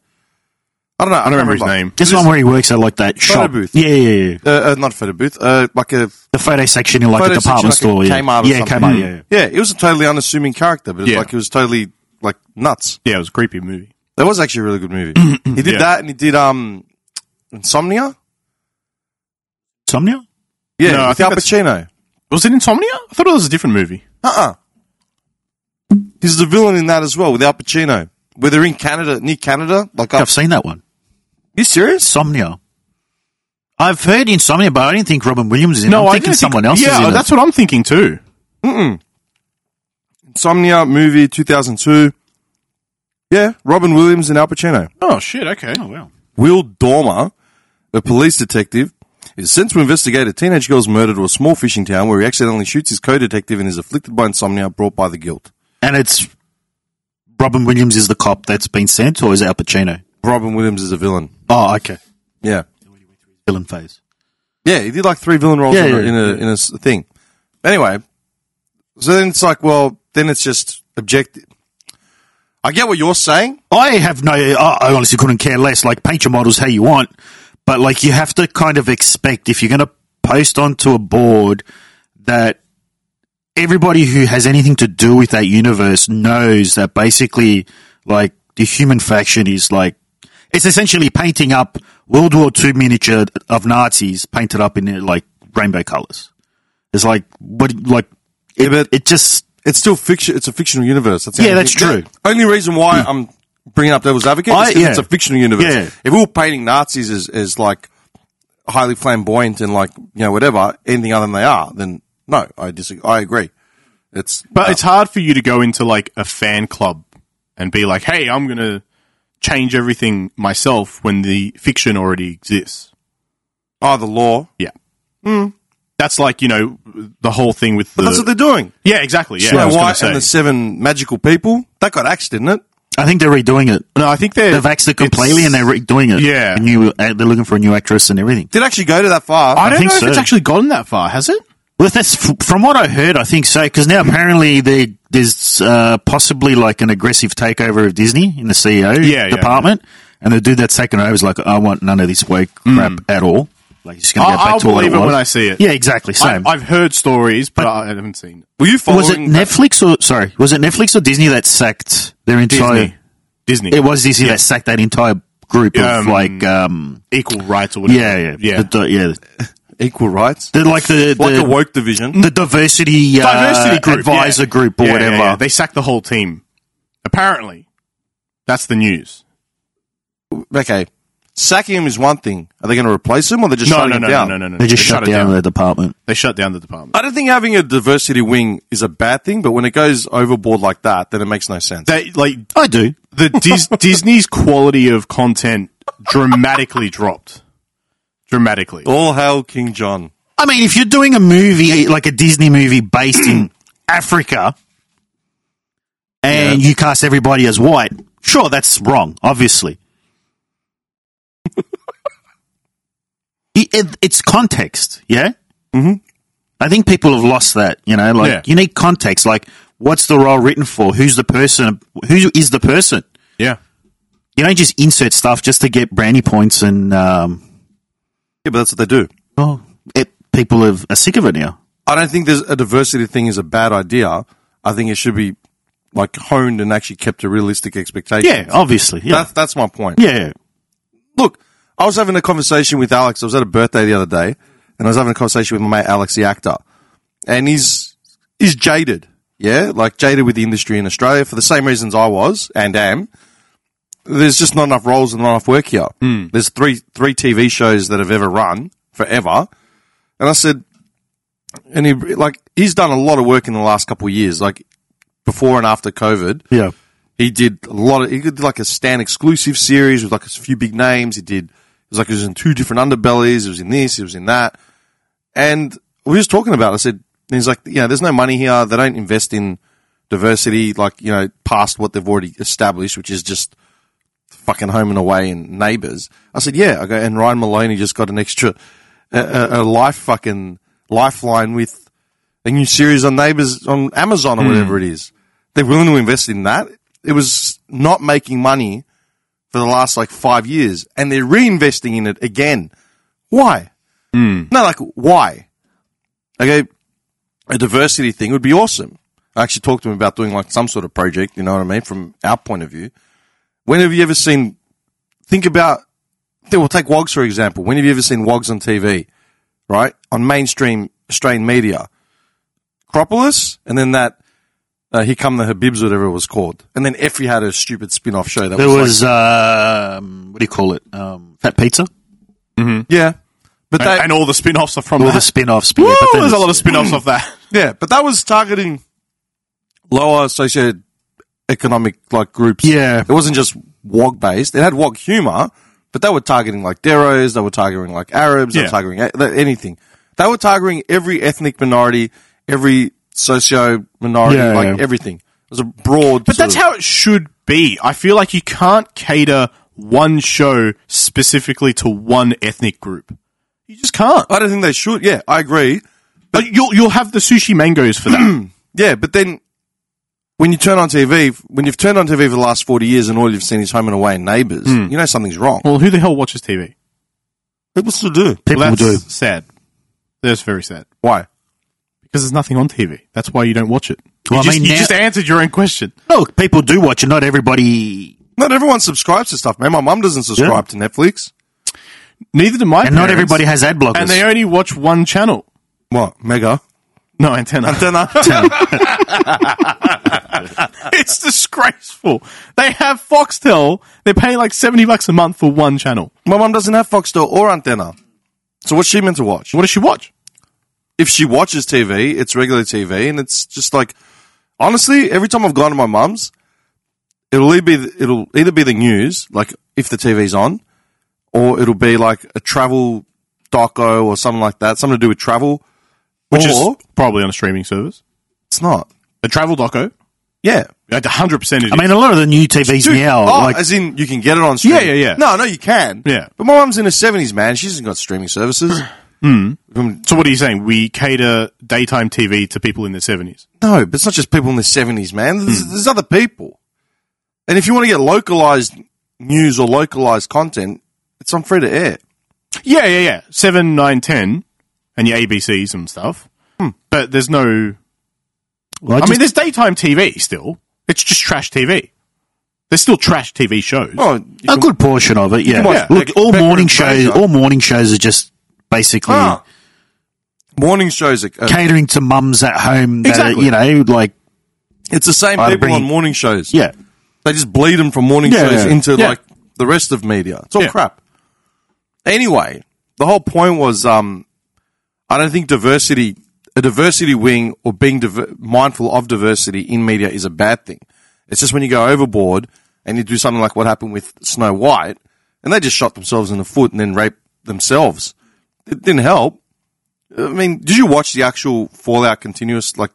Speaker 1: I don't know. I
Speaker 10: I don't remember his name.
Speaker 8: This one where he works at like that
Speaker 1: Photo
Speaker 8: shop.
Speaker 1: booth.
Speaker 8: Yeah, yeah, yeah.
Speaker 1: Uh, uh, not photo booth. Uh, like a
Speaker 8: The photo section in like
Speaker 1: photo
Speaker 8: a department
Speaker 1: section,
Speaker 8: store.
Speaker 1: like a
Speaker 8: yeah,
Speaker 1: Kmart or
Speaker 8: yeah,
Speaker 1: something. Hmm.
Speaker 8: Kmart. Yeah, yeah.
Speaker 1: Yeah, it was a totally unassuming character, but it's
Speaker 10: Hmm. Yeah.
Speaker 1: like it was totally like nuts.
Speaker 10: Yeah, it was a creepy movie.
Speaker 1: That was actually a really good movie. he did
Speaker 10: Yeah.
Speaker 1: that, and he did um, Insomnia.
Speaker 8: Somnia?
Speaker 1: Oh. Yeah,
Speaker 10: No, I
Speaker 1: with
Speaker 10: think
Speaker 1: Al
Speaker 10: that's-
Speaker 1: Pacino.
Speaker 10: Was it Insomnia? I thought it was a different movie.
Speaker 1: Uh-uh. He's the villain in that as well, with Al Pacino. Where they're in Canada, near Canada. Like,
Speaker 8: I've seen that one.
Speaker 1: you serious?
Speaker 8: Somnia. I've heard Insomnia, but I didn't think Robin Williams is in it. I'm
Speaker 10: I
Speaker 8: thinking
Speaker 10: didn't think-
Speaker 8: someone else
Speaker 10: Yeah,
Speaker 8: is in
Speaker 10: that's
Speaker 8: it.
Speaker 10: what I'm thinking too.
Speaker 1: Insomnia movie, 2002. Yeah, Robin Williams and Al Pacino.
Speaker 10: Oh shit! Okay. Oh wow.
Speaker 1: Will Dormer, a police detective, is sent to investigate a teenage girl's murder to a small fishing town where he accidentally shoots his co-detective and is afflicted by insomnia brought by the guilt.
Speaker 8: And it's Robin Williams is the cop that's been sent, or is it Al Pacino?
Speaker 1: Robin Williams is a villain.
Speaker 8: Oh, okay.
Speaker 1: Yeah.
Speaker 8: Villain phase.
Speaker 1: Yeah, he did like three villain roles
Speaker 8: Yeah,
Speaker 1: in, a,
Speaker 8: yeah.
Speaker 1: in, a, in a s- thing. Anyway, so then it's like, well, then it's just objective. I get what you're saying.
Speaker 8: I have no. I I honestly couldn't care less. Like paint your models how you want, but like you have to kind of expect if you're going to post onto a board that everybody who has anything to do with that universe knows that basically, like the human faction is like it's essentially painting up World War II miniature of Nazis painted up in like rainbow colors. It's like what like it,
Speaker 1: Yeah, but-
Speaker 8: it just
Speaker 1: It's still fiction. It's a fictional universe. That's the
Speaker 8: Yeah,
Speaker 1: only
Speaker 8: that's
Speaker 1: thing-
Speaker 8: true. Hmm.
Speaker 1: The only reason why I'm bringing up Devil's Advocate
Speaker 8: I-
Speaker 1: is 'cause
Speaker 8: yeah.
Speaker 1: it's a fictional universe.
Speaker 8: Yeah.
Speaker 1: If we were painting Nazis as, as like highly flamboyant and like, you know, whatever, anything other than they are, then no, I disagree. I agree. It's,
Speaker 10: But
Speaker 1: no.
Speaker 10: it's hard for you to go into like a fan club and be like, "Hey, I'm gonna change everything myself" when the fiction already exists.
Speaker 1: oh, the law.
Speaker 10: Yeah. That's like you know the whole thing with the.
Speaker 1: But that's what they're doing.
Speaker 10: yeah, exactly. Yeah, I
Speaker 1: Snow
Speaker 10: was gonna
Speaker 1: White
Speaker 10: say.
Speaker 1: and the seven magical people. That got axed, didn't it?
Speaker 8: I think they're redoing it.
Speaker 10: no, I think they're
Speaker 8: They've axed it
Speaker 10: it's-
Speaker 8: completely and they're redoing it.
Speaker 10: Yeah.
Speaker 8: A new, uh, they're looking for a new actress and everything.
Speaker 1: Did it actually go to that far?
Speaker 10: I don't
Speaker 8: think
Speaker 10: know
Speaker 8: so.
Speaker 10: if it's actually gone that far, has it?
Speaker 8: Well, that's f- from what I heard. I think so because now apparently they, there's uh, possibly like an aggressive takeover of Disney in the CEO
Speaker 10: Yeah, yeah,
Speaker 8: department, and the dude that's taken over is like, I want none of this woke crap at all. Like, he's going to
Speaker 10: I'll-
Speaker 8: go back
Speaker 10: Hmm. I'll
Speaker 8: to what it
Speaker 10: believe it
Speaker 8: was.
Speaker 10: when I see it.
Speaker 8: Yeah, exactly. Same.
Speaker 10: I, I've heard stories, but, I haven't seen. it.
Speaker 1: Were you following?
Speaker 8: was it
Speaker 10: uh,
Speaker 8: Netflix or sorry? Was it Netflix or Disney that sacked their entire?
Speaker 10: Disney, Disney,
Speaker 8: It was Disney that sacked that entire group of
Speaker 10: Um,
Speaker 8: like, um,
Speaker 10: equal rights or whatever.
Speaker 8: yeah, yeah,
Speaker 10: yeah.
Speaker 8: the, the- yeah.
Speaker 1: equal rights?
Speaker 8: They're like the,
Speaker 1: like
Speaker 8: the
Speaker 1: the woke division.
Speaker 8: the diversity, uh,
Speaker 10: diversity group,
Speaker 8: advisor
Speaker 10: yeah.
Speaker 8: group or
Speaker 10: Yeah, yeah,
Speaker 8: whatever.
Speaker 10: yeah. They sacked the whole team. Apparently, that's the news.
Speaker 1: Okay. Sacking him is one thing. Are they going to replace him or they're just
Speaker 10: No,
Speaker 1: shutting
Speaker 10: no,
Speaker 1: him
Speaker 10: no, no,
Speaker 1: down?
Speaker 10: no, no, no.
Speaker 8: They just shut,
Speaker 10: it
Speaker 8: down, the department.
Speaker 10: They shut down the department.
Speaker 1: I don't think having a diversity wing is a bad thing, but when it goes overboard like that, then it makes no sense.
Speaker 10: They like
Speaker 8: I do.
Speaker 10: the Dis- Disney's quality of content dramatically dropped. Dramatically.
Speaker 1: All hail King John.
Speaker 8: I mean, if you're doing a movie like a Disney movie based in Africa, and you cast everybody as white, sure, that's wrong. Obviously, It- it- it's context. Yeah, mm-hmm. I think people have lost that. You know, like
Speaker 10: Yeah.
Speaker 8: you need context. Like, what's the role written for? Who's the person? Who is the person?
Speaker 10: Yeah.
Speaker 8: You don't just insert stuff just to get brandy points and um,
Speaker 1: Yeah, but that's what they do.
Speaker 8: oh, it, people have, are sick of it now.
Speaker 1: I don't think there's a diversity thing is a bad idea. I think it should be like honed and actually kept to realistic expectations.
Speaker 8: Yeah, obviously. Yeah.
Speaker 1: That's, that's my point.
Speaker 8: yeah.
Speaker 1: look, I was having a conversation with Alex. I was at a birthday the other day, and I was having a conversation with my mate Alex, the actor, and he's he's jaded, yeah, like jaded with the industry in Australia for the same reasons I was and am. There's just not enough roles and not enough work here. There's three three TV shows that have ever run forever, and I said, and he like he's done a lot of work in the last couple of years, like before and after COVID.
Speaker 8: Yeah.
Speaker 1: He did a lot of. He did like a Stan exclusive series with like a few big names. He did. It was like it was in two different underbellies. It was in this. It was in that. And we were just talking about. It. I said and he's like, you know, there's no money here. They don't invest in diversity. Like you know, past what they've already established, which is just fucking Home and Away and Neighbours. I said, yeah. I go, and Ryan Maloney just got an extra, a, a, a life fucking lifeline with a new series on Neighbours on Amazon or whatever it is. They're willing to invest in that. It was not making money for the last like five years and they're reinvesting in it again. Why? No, like why? Okay, a diversity thing would be awesome. I actually talked to him about doing like some sort of project, you know what I mean, from our point of view. When have you ever seen, think about, then we'll take Wogs for example. When have you ever seen Wogs on TV, right? On mainstream Australian media? Acropolis, and then that, uh, Here Come the Habibs, whatever it was called. And then Effie had a stupid spin off show that
Speaker 8: There
Speaker 1: was, like-
Speaker 8: was, um, what do you call it? Um, Fat Pizza?
Speaker 1: yeah. But
Speaker 10: and,
Speaker 1: that,
Speaker 10: and all the spin offs are from
Speaker 8: All
Speaker 10: that.
Speaker 8: the spin offs.
Speaker 10: Woo, there's a lot of spin offs of that.
Speaker 1: Yeah, but that was targeting lower socio-economic like groups.
Speaker 8: Yeah.
Speaker 1: it wasn't just wog based. It had wog humor, but they were targeting like Deros, they were targeting like Arabs, they
Speaker 10: Yeah.
Speaker 1: were targeting a- th- anything. They were targeting every ethnic minority, every socio minority,
Speaker 8: Yeah,
Speaker 1: like
Speaker 8: yeah.
Speaker 1: everything. It was a broad.
Speaker 10: But that's
Speaker 1: sort
Speaker 10: how it should be. I feel like you can't cater one show specifically to one ethnic group. You just can't.
Speaker 1: of- I don't think they should. Yeah, I agree.
Speaker 10: But you'll you'll have the sushi mangoes for that.
Speaker 1: Yeah, but then when you turn on TV, when you've turned on TV for the last forty years and all you've seen is Home and Away and Neighbours, you know something's wrong.
Speaker 10: well, who the hell watches TV?
Speaker 1: People still do.
Speaker 8: People
Speaker 10: well,
Speaker 8: do.
Speaker 10: that's sad. That's very sad
Speaker 1: Why?
Speaker 10: because there's nothing on TV. That's why you don't watch it.
Speaker 8: Well,
Speaker 10: you
Speaker 8: I
Speaker 10: just,
Speaker 8: mean,
Speaker 10: you
Speaker 8: now-
Speaker 10: just answered your own question.
Speaker 8: Look, people do watch it. Not everybody,
Speaker 1: Not everyone subscribes to stuff, man. My mum doesn't subscribe to Netflix.
Speaker 10: Neither do my
Speaker 8: and not
Speaker 10: parents.
Speaker 8: everybody has ad blockers.
Speaker 10: and they only watch one channel.
Speaker 1: What? Mega?
Speaker 10: No antenna.
Speaker 1: Antenna?
Speaker 10: it's disgraceful. They have Foxtel. They're paying like seventy bucks a month for one channel.
Speaker 1: My mum doesn't have Foxtel or Antenna. So what's she meant to watch?
Speaker 10: What does she watch?
Speaker 1: If she watches TV, it's regular TV, and it's just like, honestly, every time I've gone to my mum's, it'll either be the, it'll either be the news, like if the TV's on, or it'll be like a travel doco or something like that, something to do with travel.
Speaker 10: Which
Speaker 1: or-
Speaker 10: is probably on a streaming service.
Speaker 1: It's not.
Speaker 10: A travel doco.
Speaker 1: Yeah,
Speaker 10: hundred percent.
Speaker 8: I mean, a lot of the new TVs
Speaker 1: Dude,
Speaker 8: now,
Speaker 1: oh,
Speaker 8: like,
Speaker 1: as in you can get it on stream.
Speaker 10: Yeah, yeah, yeah.
Speaker 1: No, no, you can.
Speaker 10: Yeah.
Speaker 1: But my mum's in her seventies, man. She hasn't got streaming services. Um,
Speaker 10: so what are you saying? We cater daytime TV to people in their seventies.
Speaker 1: No, but it's not just people in their seventies, man. There's, there's other people. And if you want to get localized news or localized content, it's on free to air.
Speaker 10: Yeah, yeah, yeah. Seven, nine, ten, and your ABCs and stuff. Hmm. But there's no.
Speaker 8: well,
Speaker 10: I,
Speaker 8: just-
Speaker 10: mean, there's daytime TV still. It's just trash TV. There's still trash TV shows.
Speaker 1: Oh, you
Speaker 8: a
Speaker 1: can-
Speaker 8: good portion of it. Yeah,
Speaker 1: can watch
Speaker 8: Yeah. look,
Speaker 1: Beck-
Speaker 8: all
Speaker 1: Becker
Speaker 8: morning
Speaker 1: and
Speaker 8: shows,
Speaker 1: Fraser.
Speaker 8: all morning shows are just basically
Speaker 1: Ah. morning shows. Are, uh,
Speaker 8: catering to mums at home. That
Speaker 10: Exactly.
Speaker 8: are, you know, like
Speaker 1: it's the same
Speaker 8: I'd
Speaker 1: people
Speaker 8: bring-
Speaker 1: on morning shows.
Speaker 8: yeah,
Speaker 1: They just bleed them from morning
Speaker 8: Yeah,
Speaker 1: shows
Speaker 8: yeah.
Speaker 1: into
Speaker 10: Yeah.
Speaker 1: like the rest of media. It's all
Speaker 10: Yeah.
Speaker 1: crap. Anyway, the whole point was um, I don't think diversity, a diversity wing or being diver- mindful of diversity in media is a bad thing. It's just when you go overboard and you do something like what happened with Snow White and they just shot themselves in the foot and then raped themselves. It didn't help. I mean, did you watch the actual Fallout continuous, like,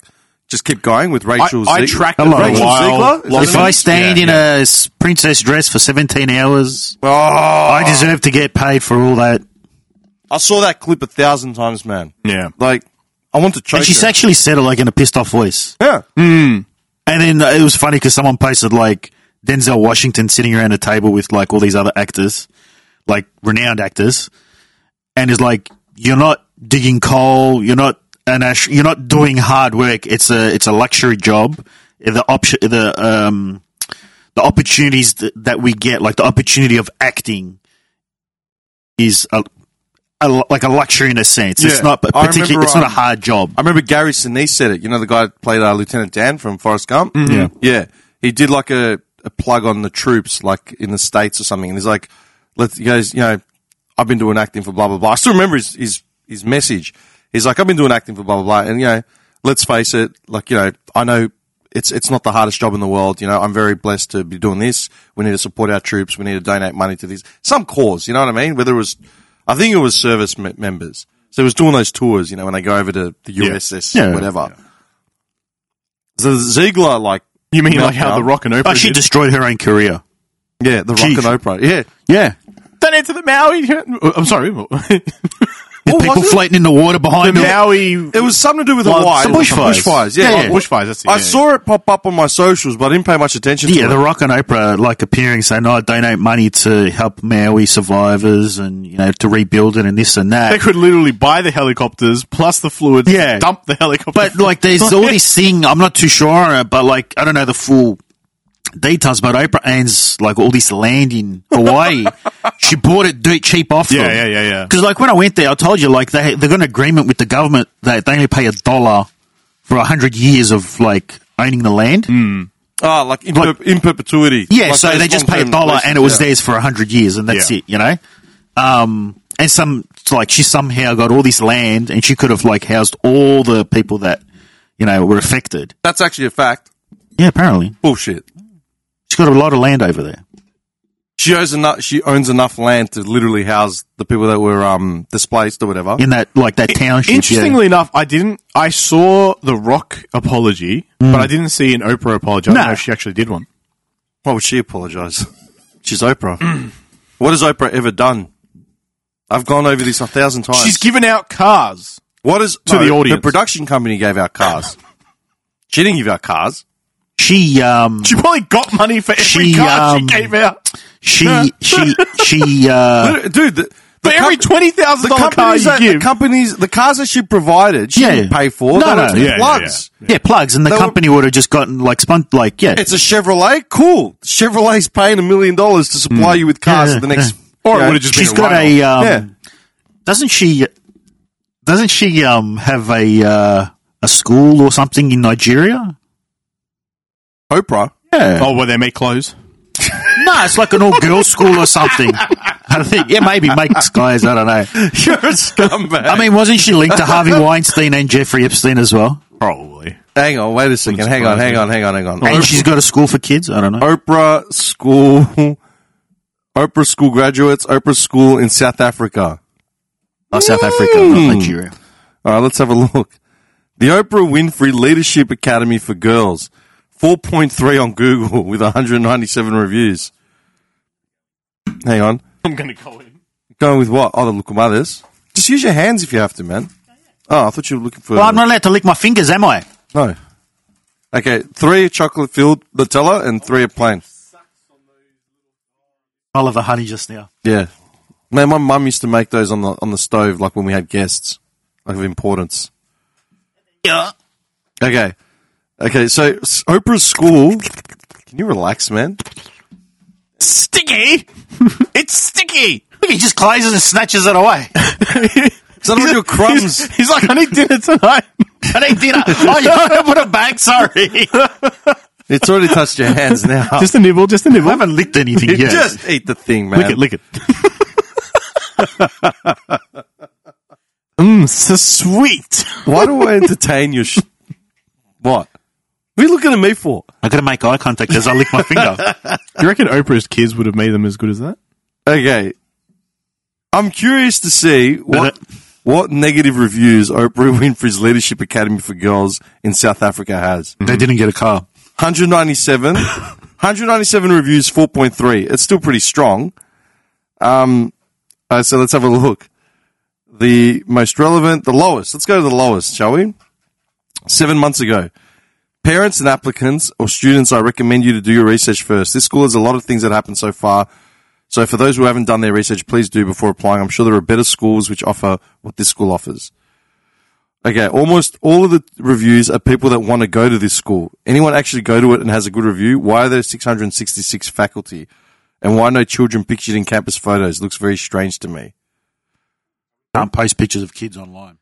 Speaker 1: just keep going with
Speaker 10: I,
Speaker 1: Rachel
Speaker 10: I
Speaker 1: Zieg-
Speaker 10: tracked it
Speaker 8: Hello.
Speaker 10: for a
Speaker 8: Rachel
Speaker 10: while.
Speaker 1: Ziegler? Is that her
Speaker 10: Lost
Speaker 8: if
Speaker 1: name?
Speaker 8: I
Speaker 10: it.
Speaker 8: stand
Speaker 10: Yeah,
Speaker 8: in
Speaker 10: yeah.
Speaker 8: a s- princess dress for seventeen hours,
Speaker 1: Oh,
Speaker 8: I deserve to get paid for all that.
Speaker 1: I saw that clip a thousand times, man.
Speaker 10: Yeah.
Speaker 1: Like, I want to choke
Speaker 8: And she's
Speaker 1: her.
Speaker 8: actually said it like in a pissed off voice.
Speaker 1: yeah.
Speaker 8: And then uh, it was funny because someone posted like Denzel Washington sitting around a table with like all these other actors, like renowned actors, and is like, "You're not digging coal. You're not an ash. You're not doing hard work. It's a it's a luxury job. The option the um the opportunities th- that we get, like the opportunity of acting, is a, a lu- like a luxury in a sense.
Speaker 1: Yeah.
Speaker 8: It's not
Speaker 1: I remember,
Speaker 8: particularly. It's not a
Speaker 1: um,
Speaker 8: hard job.
Speaker 1: I remember Gary Sinise said it. You know, the guy that played uh, Lieutenant Dan from Forrest Gump?
Speaker 8: Yeah.
Speaker 1: Yeah. He did like a, a plug on the troops, like in the States or something. And he's like, let's, you guys, you know, I've been doing acting for blah, blah, blah. I still remember his, his, his message. He's like, I've been doing acting for blah, blah, blah. And, you know, let's face it, like, you know, I know it's, it's not the hardest job in the world. You know, I'm very blessed to be doing this. We need to support our troops. We need to donate money to these, some cause, you know what I mean? Whether it was, I think it was service me- members. So it was doing those tours, you know, when they go over to the USS,
Speaker 8: Yeah.
Speaker 1: whatever. So Ziegler, like,
Speaker 10: You mean
Speaker 1: Meltdown.
Speaker 10: like how The Rock and Oprah
Speaker 8: Oh, she
Speaker 10: did?
Speaker 8: destroyed her own career.
Speaker 1: Yeah, the Rock
Speaker 8: Chief.
Speaker 1: and Oprah. Yeah.
Speaker 8: Yeah.
Speaker 10: Don't answer the Maui. I'm sorry.
Speaker 8: There's
Speaker 10: Oh,
Speaker 1: What
Speaker 8: people
Speaker 1: was it?
Speaker 8: floating in the water behind them.
Speaker 10: Maui.
Speaker 1: It was something to do with
Speaker 10: Well,
Speaker 1: Hawaii.
Speaker 10: the
Speaker 1: or something.
Speaker 10: bushfires.
Speaker 1: Bushfires, yeah.
Speaker 10: Yeah, yeah, bushfires, that's it,
Speaker 1: I
Speaker 10: yeah.
Speaker 1: saw it pop up on my socials, but I didn't pay much attention to it.
Speaker 8: Yeah, The Rock and Oprah like appearing saying, "I donate money to help Maui survivors and you know to rebuild it and this and
Speaker 10: They
Speaker 8: that."
Speaker 10: could literally buy the helicopters plus the fluids.
Speaker 8: Yeah.
Speaker 10: Dump the helicopter.
Speaker 8: But like, there's all this thing. I'm not too sure, on it, but like, I don't know the full details. But Oprah owns like all this land in Hawaii. she bought it dirt cheap off.
Speaker 10: Yeah,
Speaker 8: them.
Speaker 10: yeah, yeah, yeah.
Speaker 8: Because like when I went there, I told you like they they got an agreement with the government that they only pay a dollar for a hundred years of like owning the land.
Speaker 1: Ah, like in, per- in perpetuity.
Speaker 8: Yeah,
Speaker 1: Like
Speaker 8: so
Speaker 1: those
Speaker 8: they just pay a
Speaker 1: long-term
Speaker 8: dollar and it was
Speaker 1: places,
Speaker 8: theirs for a hundred years, and that's
Speaker 10: Yeah.
Speaker 8: it. You know, um, and some like she somehow got all this land, and she could have like housed all the people that you know were affected.
Speaker 1: yeah. That's actually a fact.
Speaker 8: Yeah, apparently
Speaker 1: Bullshit.
Speaker 8: she's got a lot of land over there.
Speaker 1: She owns enough. She owns enough land to literally house the people that were um displaced or whatever.
Speaker 8: in that like that township. yeah.
Speaker 10: Interestingly enough, I didn't. I saw the Rock apology, but I didn't see an Oprah apology. I don't
Speaker 8: No.
Speaker 10: know if she actually did one.
Speaker 1: Why would she apologise? She's Oprah. what has Oprah ever done? I've gone over this a thousand times.
Speaker 10: She's given out cars.
Speaker 1: what is
Speaker 10: to the audience.
Speaker 1: The production company gave out cars. she didn't give out cars.
Speaker 8: she um
Speaker 10: She probably got money for every
Speaker 8: She,
Speaker 10: car
Speaker 8: um,
Speaker 10: she gave out.
Speaker 8: she she she uh
Speaker 1: Dude, the, the
Speaker 10: For every
Speaker 1: comp-
Speaker 10: $20,000
Speaker 1: the
Speaker 10: car
Speaker 1: companies
Speaker 10: you
Speaker 1: that, the
Speaker 10: give.
Speaker 1: companies, the cars that she provided, she
Speaker 8: Yeah.
Speaker 1: didn't pay for.
Speaker 8: No,
Speaker 1: They
Speaker 8: no,
Speaker 1: were just
Speaker 10: yeah, yeah,
Speaker 1: plugs.
Speaker 8: yeah plugs and the
Speaker 1: They were-
Speaker 8: company would have just gotten like spun like yeah
Speaker 1: It's a Chevrolet. Cool. Chevrolet's paying a million dollars to
Speaker 10: Hmm.
Speaker 1: supply you with cars
Speaker 8: Yeah,
Speaker 1: for the next.
Speaker 10: Or it
Speaker 1: you know,
Speaker 10: would've just been
Speaker 8: she's got a um
Speaker 1: Yeah.
Speaker 8: doesn't she doesn't she um have a uh a school or something in Nigeria
Speaker 1: Oprah.
Speaker 8: yeah
Speaker 10: Oh, where they make clothes.
Speaker 8: no it's like an all girls school or something I don't think yeah maybe make skies I don't know
Speaker 1: You're a scumbag.
Speaker 8: I mean wasn't she linked to Harvey Weinstein and Jeffrey Epstein as well
Speaker 10: Probably.
Speaker 1: hang on, wait a second. Hang on, hang on, hang on, hang on.
Speaker 8: and she's got a school for kids I don't know
Speaker 1: Oprah school, Oprah school graduates, Oprah school in South Africa. Hmm.
Speaker 8: oh, South Africa not Nigeria
Speaker 1: All right, let's have a look. The Oprah Winfrey Leadership Academy for Girls, 4.3 on Google with 197 reviews. Hang on.
Speaker 10: I'm going to go in.
Speaker 1: Going with what? Oh, the look of others. Just use your hands if you have to, man. Oh, I thought you were looking for.
Speaker 8: well I'm not allowed to lick my fingers am I
Speaker 1: no. Okay, three are chocolate filled Nutella and three are plain.
Speaker 8: Oliver Honey just now.
Speaker 1: Yeah. Man, my mum used to make those on the on the stove, like when we had guests, like of importance.
Speaker 8: Yeah.
Speaker 1: Okay, okay. So s- Oprah's school. Can you relax, man?
Speaker 8: Sticky! it's sticky! Look, he just closes and snatches it away.
Speaker 1: Is that all your crumbs?
Speaker 10: He's like, I need dinner tonight.
Speaker 8: I need dinner. Oh, you want to put it back? Sorry. I
Speaker 1: It's already touched your hands now.
Speaker 10: just a nibble, just a nibble.
Speaker 8: haven't licked anything yet.
Speaker 1: Just eat the thing, man.
Speaker 10: lick it, lick it. Mmm, so sweet.
Speaker 1: Why do I entertain your? Sh- what? What are you looking at me for?
Speaker 8: I gotta make eye contact as I lick my finger.
Speaker 10: Do you reckon Oprah's kids would have made them as good as that?
Speaker 1: Okay. I'm curious to see what what negative reviews Oprah Winfrey's Leadership Academy for Girls in South Africa has.
Speaker 8: they didn't get a car.
Speaker 1: 197. 197 reviews, 4.3. It's still pretty strong. Um, uh, so let's have a look. The most relevant, the lowest. Let's go to the lowest, shall we? Seven months ago. Parents and applicants or students, I recommend you to do your research first. This school has a lot of things that happened so far. So for those who haven't done their research, please do before applying. I'm sure there are better schools which offer what this school offers. Okay, almost all of the reviews are people that want to go to this school. Anyone actually go to it and has a good review? Why are there 666 faculty? And why no children pictured in campus photos? Looks very strange to me.
Speaker 8: Can't post pictures of kids online.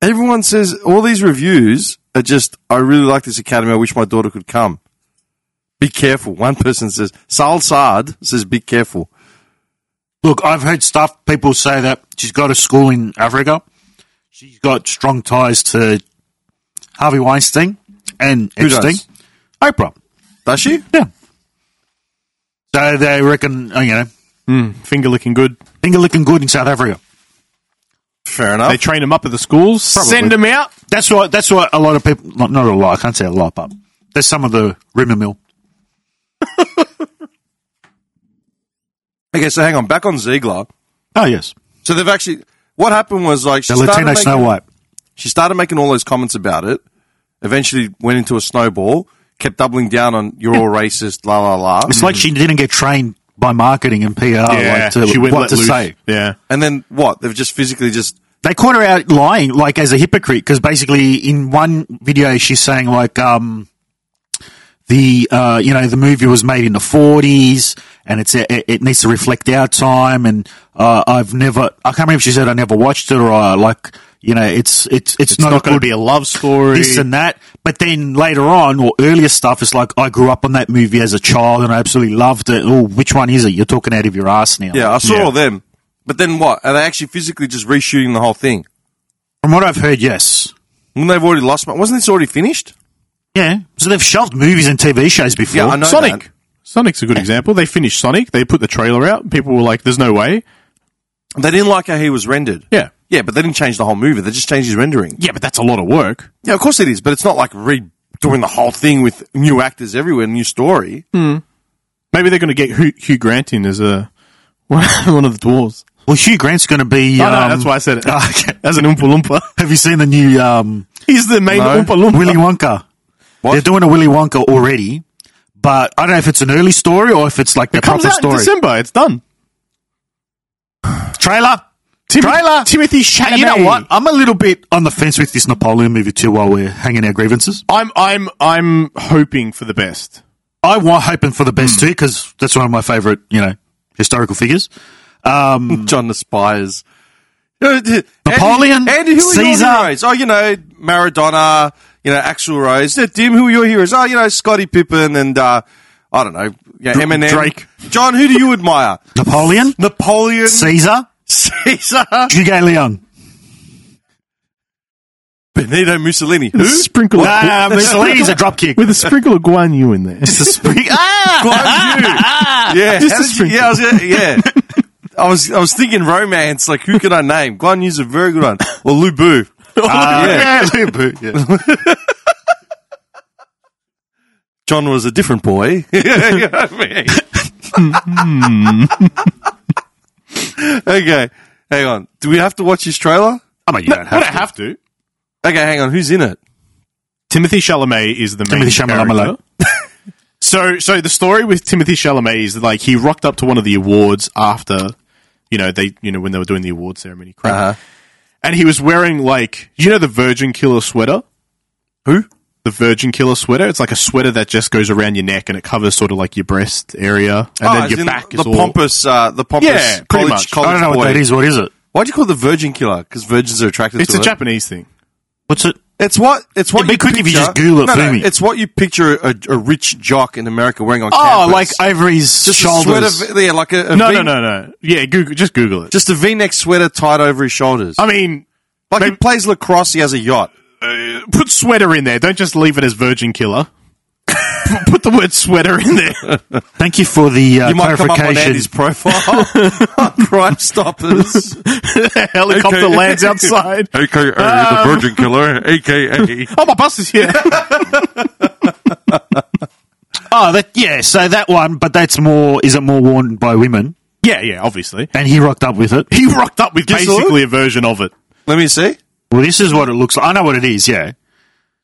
Speaker 1: Everyone says all these reviews are just, I really like this academy. I wish my daughter could come. Be careful. One person says, Sal Saad says, be careful.
Speaker 8: Look, I've heard stuff. People say that she's got a school in Africa. She's got strong ties to Harvey Weinstein and
Speaker 1: Who does?
Speaker 8: Epstein. Oprah.
Speaker 1: Does she?
Speaker 8: Yeah. So they reckon, uh, you know,
Speaker 10: Finger looking good.
Speaker 8: finger looking good in South Africa.
Speaker 1: Fair enough.
Speaker 10: They train them up at the schools,
Speaker 8: Oh. Probably.
Speaker 10: send them out.
Speaker 8: That's what. That's what a lot of people. Not, not a lot. I can't say a lot, but there's some of the rumor mill.
Speaker 1: Okay, so hang on. Back on Ziegler.
Speaker 8: Oh yes,
Speaker 1: So they've actually. What happened was like she
Speaker 8: the
Speaker 1: started
Speaker 8: Latino
Speaker 1: making-
Speaker 8: Snow White.
Speaker 1: She started making all those comments about it. Eventually went into a snowball. Kept doubling down on you're all racist, la la la.
Speaker 8: It's like she didn't get trained by marketing and PR Oh, like to,
Speaker 10: she went
Speaker 8: what
Speaker 10: let
Speaker 8: to
Speaker 10: loose.
Speaker 8: say.
Speaker 10: Yeah.
Speaker 1: And then what? They've just physically just
Speaker 8: They caught her out lying, like as a hypocrite, because basically in one video she's saying like, um, the uh, you know the movie was made in the forties and it's it, it needs to reflect our time and uh, I've never I can't remember if she said I never watched it or uh, like you know it's it's it's,
Speaker 10: It's not, going to
Speaker 8: good
Speaker 10: be a love story.
Speaker 8: this and that. But then later on, or earlier stuff, it's like I grew up on that movie as a child and I absolutely loved it. Oh, which one is it? You're talking out of your ass now.
Speaker 1: yeah. I saw
Speaker 10: Yeah.
Speaker 1: all them. But then what? Are they actually physically just reshooting the whole thing?
Speaker 8: From what I've heard, yes.
Speaker 1: When they've already lost. My, wasn't this already finished?
Speaker 8: Yeah. So they've shelved movies and TV shows before.
Speaker 1: Yeah, I know
Speaker 10: Sonic.
Speaker 1: that.
Speaker 10: Sonic's a good example. They finished Sonic. They put the trailer out. and People were like, "There's no way."
Speaker 1: They didn't like how he was rendered.
Speaker 10: Yeah.
Speaker 1: Yeah, but they didn't change the whole movie. They just changed his rendering.
Speaker 10: Yeah, but that's a lot of work.
Speaker 1: Yeah, of course it is, but it's not like redoing the whole thing with new actors everywhere, new story.
Speaker 10: Maybe they're going to get Hugh, Hugh Grant in as a one of the dwarves.
Speaker 8: Well, Hugh Grant's going to be.
Speaker 10: Oh, no,
Speaker 8: um,
Speaker 10: that's why I said it.
Speaker 8: okay.
Speaker 10: As an Oompa Loompa,
Speaker 8: Have you seen the new um,
Speaker 10: he's the main
Speaker 1: No.
Speaker 10: Oompa Loompa.
Speaker 8: Willy Wonka?
Speaker 1: What?
Speaker 8: They're doing a Willy Wonka already, but I don't know if it's an early story or if it's like the
Speaker 10: it comes
Speaker 8: proper
Speaker 10: out
Speaker 8: story.
Speaker 10: in December. It's done.
Speaker 8: Trailer.
Speaker 10: Tim-
Speaker 8: Trailer.
Speaker 10: Timothy Chalamet.
Speaker 8: And you know what? I'm a little bit on the fence with this Napoleon movie too while we're hanging our grievances.
Speaker 10: I'm I'm I'm hoping for the best.
Speaker 8: I want hoping for the best
Speaker 10: Hmm.
Speaker 8: too because that's one of my favorite, you know, historical figures.
Speaker 1: John Aspires.
Speaker 8: Napoleon,
Speaker 1: Uh, Andy, Andy, who are
Speaker 8: Caesar.
Speaker 1: your heroes? Oh, you know, Maradona, you know, Axel Rose. Yeah, Dim, who are your heroes? Oh, you know, Scottie Pippen and, uh, I don't know, yeah,
Speaker 10: Dr-
Speaker 1: Eminem.
Speaker 10: Drake.
Speaker 1: John, who do you admire?
Speaker 8: Napoleon,
Speaker 1: Napoleon,
Speaker 8: Caesar,
Speaker 1: Caesar,
Speaker 8: Hugo Leon.
Speaker 1: Benito Mussolini. Who?
Speaker 10: With a sprinkle of
Speaker 8: Ah, Mussolini's a dropkick.
Speaker 10: with a sprinkle of Guan Yu in there.
Speaker 8: Just a spring. Ah!
Speaker 1: Guan Yu. Yeah,
Speaker 10: Just
Speaker 1: how
Speaker 10: a
Speaker 1: did you-
Speaker 10: sprinkle.
Speaker 1: yeah, I was, yeah, yeah. I was I was thinking romance. Like who could I name? Guan Yu's a very good one. Or Lu Bu.
Speaker 8: Ah,
Speaker 1: yeah.
Speaker 8: yeah, Lou Boo, yeah.
Speaker 1: John was a different boy. You know what I mean? okay, hang on. Do we have to watch his trailer?
Speaker 8: I mean, you don't
Speaker 10: I
Speaker 8: have
Speaker 10: don't have to.
Speaker 1: Okay, hang on. Who's in it?
Speaker 10: Timothy Chalamet is the main
Speaker 8: Timothy Chalamet.
Speaker 10: character. so, so the story with Timothy Chalamet is that, like he rocked up to one of the awards after, you know, they, you know, when they were doing the award ceremony, crap.
Speaker 8: Uh-huh.
Speaker 10: and he was wearing like you know the Virgin Killer sweater.
Speaker 1: Who?
Speaker 10: The Virgin Killer sweater. It's like a sweater that just goes around your neck and it covers sort of like your breast area, and
Speaker 1: Oh,
Speaker 10: then
Speaker 1: as
Speaker 10: your
Speaker 1: in
Speaker 10: back
Speaker 1: The
Speaker 10: is all.
Speaker 1: pompous. Uh, the pompous.
Speaker 10: Yeah, pretty
Speaker 1: college,
Speaker 10: much.
Speaker 1: college
Speaker 8: I don't know
Speaker 1: boy.
Speaker 8: what that is. What is it?
Speaker 1: Why do you call it the virgin killer? Because virgins are attracted
Speaker 10: it's
Speaker 1: to
Speaker 10: a
Speaker 1: it.
Speaker 10: Japanese thing.
Speaker 8: What's it?
Speaker 1: It's what it's what
Speaker 8: It'd be
Speaker 1: you
Speaker 8: quick if
Speaker 1: picture.
Speaker 8: you just Google it
Speaker 1: no,
Speaker 8: for
Speaker 1: no,
Speaker 8: me.
Speaker 1: It's what you picture a, a rich jock in America wearing on
Speaker 8: Oh,
Speaker 1: campus.
Speaker 8: like over his
Speaker 1: just a
Speaker 8: shoulders.
Speaker 1: sweater, yeah, like a, a
Speaker 10: No,
Speaker 1: v-
Speaker 10: no, no, no. Yeah, Google. Just Google it.
Speaker 1: just a V-neck sweater tied over his shoulders.
Speaker 10: I mean,
Speaker 1: like he
Speaker 10: maybe-
Speaker 1: plays lacrosse, he has a yacht.
Speaker 10: put sweater in there. Don't just leave it as Virgin Killer. Put- put the word sweater in there.
Speaker 8: Thank you for the uh,
Speaker 1: You might come up on
Speaker 8: clarification.
Speaker 1: Andy's profile. Crime Stoppers,
Speaker 10: Helicopter
Speaker 1: Okay.
Speaker 10: lands outside. Um,
Speaker 1: aka the Virgin Killer, aka
Speaker 10: Oh, my bus is here.
Speaker 8: oh, that yeah. So that one, but that's more. Is it more worn by women?
Speaker 10: yeah, yeah, obviously.
Speaker 8: And he rocked up with it.
Speaker 10: He rocked up with
Speaker 1: Yes, sir.
Speaker 10: basically a version of it.
Speaker 1: Let me see.
Speaker 8: Well, this is what it looks like. I know what it is. Yeah.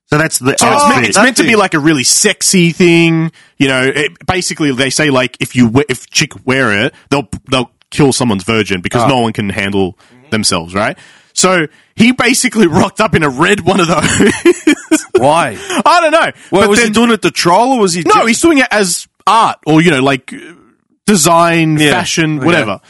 Speaker 8: So that's the.
Speaker 10: So it's,
Speaker 8: outfit.
Speaker 10: meant, it's
Speaker 1: that
Speaker 10: meant to be
Speaker 1: thing.
Speaker 10: like a really sexy thing, you know. It, basically, they say like if you we- if chick wear it, they'll they'll kill someone's virgin because
Speaker 1: Ah.
Speaker 10: no one can handle themselves, right? So he basically rocked up in a red one of those.
Speaker 1: Why?
Speaker 10: I don't know.
Speaker 1: Well,
Speaker 10: But
Speaker 1: was
Speaker 10: then-
Speaker 1: he doing it to troll or was he?
Speaker 10: No, he's doing it as art or, you know, like uh, design,
Speaker 1: Yeah.
Speaker 10: fashion,
Speaker 1: Okay.
Speaker 10: whatever.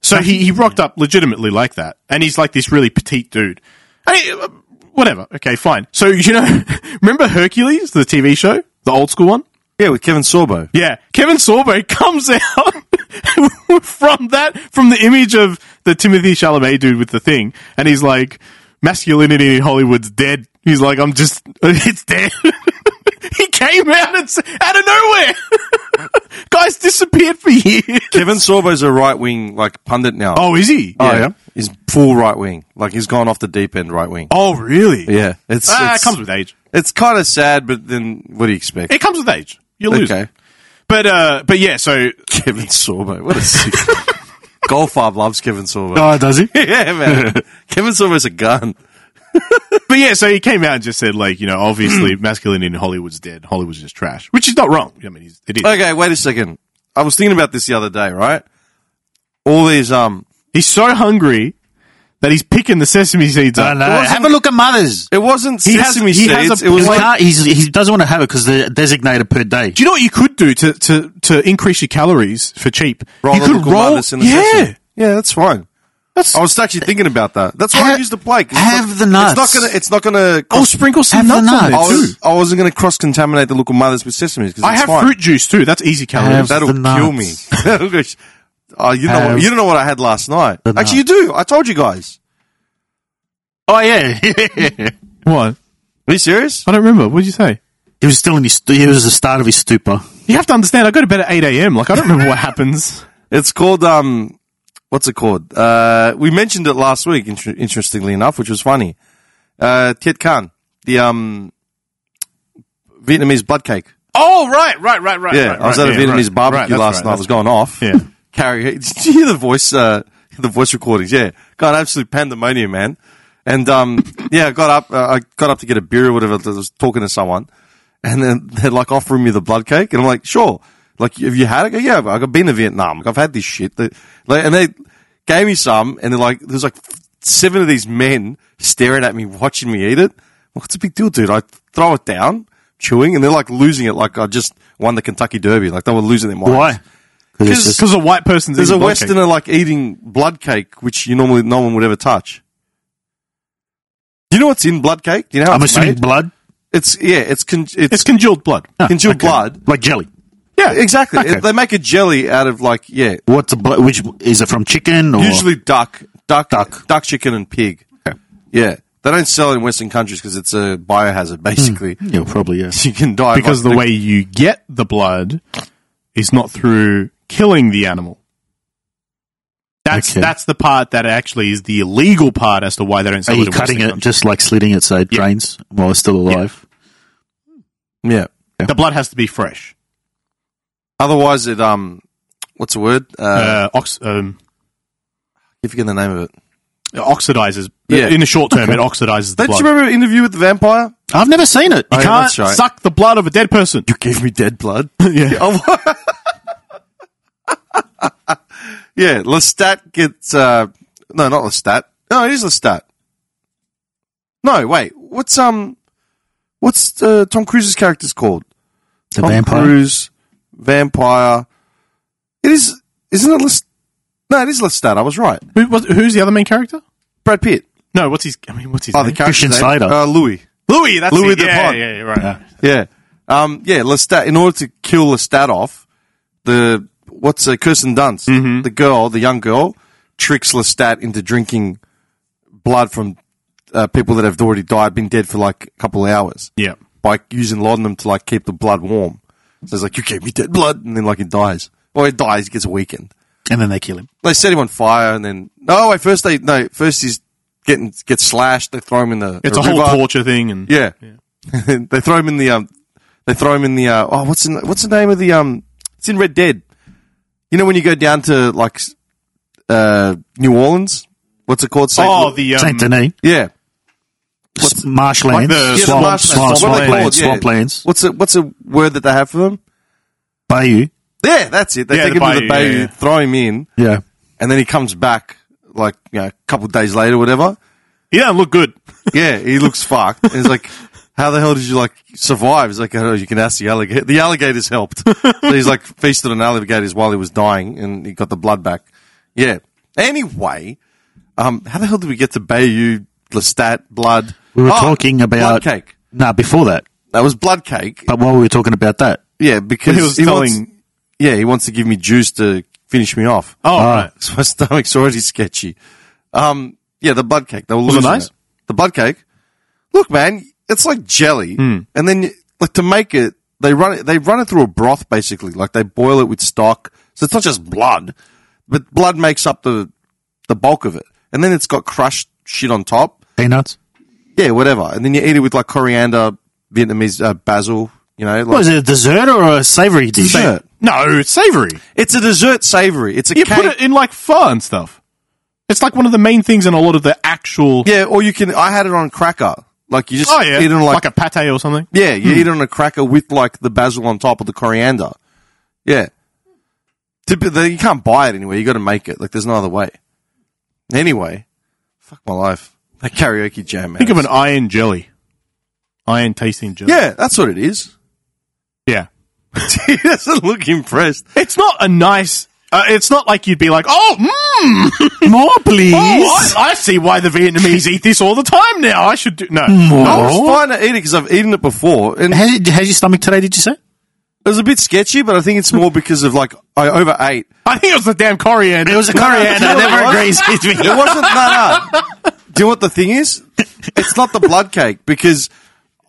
Speaker 10: So he, he rocked up legitimately like that. And he's like this really petite dude. And he- uh, whatever. Okay, fine. So, you know, remember Hercules, the TV show? The old school one?
Speaker 1: yeah, with Kevin Sorbo.
Speaker 10: Yeah. Kevin Sorbo comes out from that, from the image of the Timothy Chalamet dude with the thing. And he's like, masculinity in Hollywood's dead. He's like, I'm just, it's dead. he came out and, s- out of nowhere. Guys disappeared for years.
Speaker 1: Kevin Sorbo's a right wing like pundit now.
Speaker 10: Oh, is he?
Speaker 1: he's full right wing. Like he's gone off the deep end right wing.
Speaker 10: Oh, really?
Speaker 1: Yeah, it's
Speaker 10: Ah,
Speaker 1: it's-
Speaker 10: it comes with age.
Speaker 1: It's kind of sad, but then what do you expect?
Speaker 10: It comes with age. You lose.
Speaker 1: Okay.
Speaker 10: But uh, but yeah, so
Speaker 1: Kevin Sorbo. What a sick. Goldfarb loves Kevin Sorbo.
Speaker 8: Oh, does he?
Speaker 1: Yeah, man. Kevin Sorbo's a gun.
Speaker 10: but yeah, so he came out and just said like, you know, obviously masculinity in Hollywood's dead. Hollywood's just trash, which is not wrong. I mean, he's, it is.
Speaker 1: Okay, wait a second. I was thinking about this the other day, right? All these, um,
Speaker 10: He's so hungry that he's picking the sesame seeds
Speaker 8: No,
Speaker 10: up.
Speaker 8: no,
Speaker 1: Well,
Speaker 8: Have a look at mothers.
Speaker 1: it wasn't
Speaker 10: He has-
Speaker 1: sesame
Speaker 10: he has
Speaker 1: seeds.
Speaker 10: a
Speaker 1: it was
Speaker 8: He
Speaker 1: like,
Speaker 8: can't- he's- he doesn't want to have it because they're designated per day.
Speaker 10: Do you know what you could do to, to, to increase your calories for cheap?
Speaker 1: Roll
Speaker 10: you
Speaker 1: the
Speaker 10: could
Speaker 1: local mothers in the
Speaker 10: yeah,
Speaker 1: sesame.
Speaker 10: yeah, that's fine. That's
Speaker 1: I was actually thinking about that. That's why I
Speaker 8: Have-
Speaker 1: used the plate. 'cause
Speaker 8: have
Speaker 1: it's
Speaker 8: the
Speaker 1: not- It's
Speaker 8: nuts. Oh,
Speaker 1: not gonna. It's not gonna.
Speaker 10: I'll sprinkle some
Speaker 8: Have the
Speaker 10: nuts, on
Speaker 8: nuts.
Speaker 10: there
Speaker 1: I,
Speaker 10: too.
Speaker 1: was, I wasn't gonna cross contaminate the local mothers with sesame because
Speaker 10: I have fruit juice too. That's easy calories.
Speaker 8: Have
Speaker 1: That'll
Speaker 8: the
Speaker 1: kill me.
Speaker 8: nuts.
Speaker 1: oh, you know,
Speaker 8: Have
Speaker 1: what, you don't know what I had last night.
Speaker 8: the
Speaker 1: Actually, you do. I told you guys.
Speaker 8: Oh yeah, he
Speaker 10: what?
Speaker 1: Are you serious?
Speaker 10: I don't remember. What did you say?
Speaker 8: was still in his. He was the start of his stupor.
Speaker 10: You have to understand. I go to bed at eight a.m. Like I don't remember what happens.
Speaker 1: It's called um, what's it called? Uh, we mentioned it last week. Inter- interestingly enough, which was funny. Uh, Tiet Khan, the um, Vietnamese blood cake.
Speaker 10: Oh right, right, right, right.
Speaker 1: Yeah,
Speaker 10: right,
Speaker 1: I was
Speaker 10: right,
Speaker 1: at a
Speaker 10: yeah,
Speaker 1: Vietnamese
Speaker 10: right, right,
Speaker 1: barbecue
Speaker 10: that's
Speaker 1: last
Speaker 10: right,
Speaker 1: night. I
Speaker 10: that's
Speaker 1: was going off.
Speaker 10: Yeah.
Speaker 1: Carrie, did you hear the voice? Uh, the voice recordings. Yeah, got absolute pandemonium, man. And um, yeah, I got up. Uh, I got up to get a beer or whatever. I was talking to someone, and then they're like offering me the blood cake, and I'm like, sure. Like, have you had it? I go, Yeah, I've been to Vietnam. Like, I've had this shit. They- like, and they gave me some, and they're like, there's like seven of these men staring at me, watching me eat it. Like, What's the big deal, dude? I throw it down, chewing, and they're like losing it. Like, I just won the Kentucky Derby. Like, they were losing their minds.
Speaker 8: Why?
Speaker 1: Because
Speaker 10: Because a white person's
Speaker 1: there's a
Speaker 10: eating blood
Speaker 1: Westerner
Speaker 10: cake.
Speaker 1: like eating blood cake, which you normally no one would ever touch. Do you know what's in blood cake? Do you know how
Speaker 8: I'm
Speaker 1: it's
Speaker 8: assuming
Speaker 1: made?
Speaker 8: blood,
Speaker 1: It's yeah, it's con- it's,
Speaker 10: It's congealed blood.
Speaker 1: congealed blood.
Speaker 8: like jelly.
Speaker 1: Yeah, exactly.
Speaker 10: Okay.
Speaker 1: It- they make a jelly out of like yeah,
Speaker 8: What's a blood? Which is it from chicken or
Speaker 1: usually duck, duck, duck, duck, chicken, and pig. Yeah, they don't sell it in Western countries because it's a biohazard. Basically,
Speaker 8: Yeah, probably yes.
Speaker 1: you can die
Speaker 10: because
Speaker 1: like,
Speaker 10: the way you get the blood is not through killing the animal. That's
Speaker 8: Okay.
Speaker 10: that's the part that actually is the illegal part as to why they don't
Speaker 8: Are
Speaker 10: sell it.
Speaker 8: you
Speaker 10: in
Speaker 8: cutting
Speaker 10: Western
Speaker 8: it,
Speaker 10: countries.
Speaker 8: just like slitting it so it
Speaker 10: Yeah.
Speaker 8: drains while it's still alive?
Speaker 1: yeah.
Speaker 10: The blood has to be fresh.
Speaker 1: Otherwise, it um, what's the word? Uh,
Speaker 10: Uh, ox- um,
Speaker 1: I forget the name of it.
Speaker 10: it oxidizes. uh,
Speaker 1: Yeah.
Speaker 10: In the short term, it oxidizes the
Speaker 1: Don't
Speaker 10: blood.
Speaker 1: you remember Interview with the Vampire?
Speaker 8: I've never seen it.
Speaker 1: Oh,
Speaker 10: you
Speaker 1: yeah,
Speaker 10: can't
Speaker 1: that's right.
Speaker 10: suck the blood of a dead person.
Speaker 1: You gave me dead blood.
Speaker 10: yeah.
Speaker 1: Oh, yeah, Lestat gets uh no, not Lestat. No, it is Lestat. No, wait. What's um what's uh, Tom Cruise's character's called?
Speaker 8: The
Speaker 1: Tom
Speaker 8: vampire.
Speaker 1: Cruise vampire. It is isn't it Lestat? No, it is Lestat. I was right.
Speaker 10: Who, what, who's the other main character?
Speaker 1: Brad Pitt.
Speaker 10: No, what's his? I mean, what's his?
Speaker 1: Oh, the
Speaker 10: name?
Speaker 1: character's
Speaker 8: Christian
Speaker 1: name?
Speaker 8: Slater.
Speaker 1: Uh, Louis.
Speaker 10: Louis. That's
Speaker 1: Louis
Speaker 10: it.
Speaker 1: the
Speaker 10: yeah,
Speaker 1: Pond.
Speaker 10: yeah, yeah, right.
Speaker 1: Yeah. Um, yeah, Lestat, in order to kill Lestat off, the, what's uh, Kirsten Dunst,
Speaker 10: Mm-hmm.
Speaker 1: the girl, the young girl, tricks Lestat into drinking blood from uh, people that have already died, been dead for like a couple of hours
Speaker 10: Yeah.
Speaker 1: by using laudanum to like keep the blood warm. So it's like, you gave me dead blood. And then like it dies. Or it dies, it gets weakened.
Speaker 8: and then they kill him.
Speaker 1: They set him on fire and then, no, wait, first they, no, first he's getting, gets slashed. They throw him in the,
Speaker 10: It's
Speaker 1: the
Speaker 10: a whole
Speaker 1: river.
Speaker 10: torture thing, and
Speaker 1: Yeah. they throw him in the um they throw him in the uh oh what's in what's the name of the um it's in Red Dead. You know when you go down to like s- uh New Orleans? What's it called? Saint
Speaker 10: oh,
Speaker 1: Lou-
Speaker 10: the um,
Speaker 8: Saint Denis,
Speaker 1: Yeah.
Speaker 8: S-
Speaker 10: Like
Speaker 8: marshlands,
Speaker 10: the-
Speaker 1: Yeah, the
Speaker 8: swamp,
Speaker 1: marshlands.
Speaker 8: swamp,
Speaker 1: What are they
Speaker 8: swamplands,
Speaker 1: called? Yeah.
Speaker 8: swamplands,
Speaker 1: What's a what's a word that they have for them?
Speaker 8: bayou.
Speaker 1: Yeah, that's it. They
Speaker 10: Yeah,
Speaker 1: take
Speaker 10: the
Speaker 1: him to the
Speaker 10: bayou, yeah,
Speaker 1: bayou,
Speaker 10: yeah.
Speaker 1: throw him in,
Speaker 8: Yeah,
Speaker 1: and then he comes back like you know, a couple of days later, whatever.
Speaker 10: he don't look good.
Speaker 1: Yeah, he looks fucked. And he's like, how the hell did you like survive? He's like, oh, you can ask the alligator. The alligators helped. so he's like feasted on alligators while he was dying, and he got the blood back. Yeah. Anyway, um, how the hell did we get to Bayou, Lestat, blood?
Speaker 8: we were
Speaker 1: Oh,
Speaker 8: talking about
Speaker 1: blood cake.
Speaker 8: No, before that.
Speaker 1: That was blood cake.
Speaker 8: But while we were talking about that,
Speaker 1: Yeah, because
Speaker 10: He was
Speaker 1: wants-
Speaker 10: telling-
Speaker 1: yeah, he wants to give me juice to finish me off.
Speaker 10: Oh, right.
Speaker 1: So my stomach's already sketchy. Um, yeah, the blood cake. They were
Speaker 10: it
Speaker 1: losing
Speaker 10: nice?
Speaker 1: it. The blood cake. Look, man, it's like jelly,
Speaker 10: Hmm.
Speaker 1: and then you- like to make it, they run it. They run it through a broth, basically. Like they boil it with stock, so it's not just blood, but blood makes up the the bulk of it. And then it's got crushed shit on top.
Speaker 8: peanuts.
Speaker 1: Yeah, whatever. And then you eat it with like coriander, Vietnamese uh, basil, You know, like
Speaker 8: What is it, a dessert or a savoury dish?
Speaker 1: Dessert.
Speaker 10: No, it's savory.
Speaker 1: it's a dessert savory. It's a
Speaker 10: You
Speaker 1: cake.
Speaker 10: put it in like pho and stuff. It's like one of the main things in a lot of the actual.
Speaker 1: yeah, or you can. I had it on cracker. Like you just
Speaker 10: Oh yeah,
Speaker 1: eat it on like,
Speaker 10: like, a Hmm. pate or something.
Speaker 1: yeah, you eat it on a cracker with like the basil on top of the coriander. Yeah, Typ- the- you can't buy it anywhere. You got to make it. Like there's no other way. Anyway, fuck my life. That karaoke jam. Man.
Speaker 10: Think of an iron jelly, iron tasting jelly.
Speaker 1: yeah, that's what it is.
Speaker 10: yeah.
Speaker 1: he doesn't look impressed.
Speaker 10: It's not a nice. Uh, it's not like you'd be like, oh, mmm.
Speaker 8: More, please.
Speaker 10: Oh, I, I see why the Vietnamese eat this all the time now. I should do no.
Speaker 1: I was
Speaker 8: More.
Speaker 1: fine to eat it because I've eaten it before, and
Speaker 8: How's, how's your stomach today, did you say?
Speaker 1: It was a bit sketchy, but I think it's more because of like I overate.
Speaker 10: I think it was the damn coriander.
Speaker 8: It was a coriander.
Speaker 1: No, no,
Speaker 8: never
Speaker 1: what?
Speaker 8: agrees with me.
Speaker 1: It wasn't that hard. Do you know what the thing is? It's not the blood cake because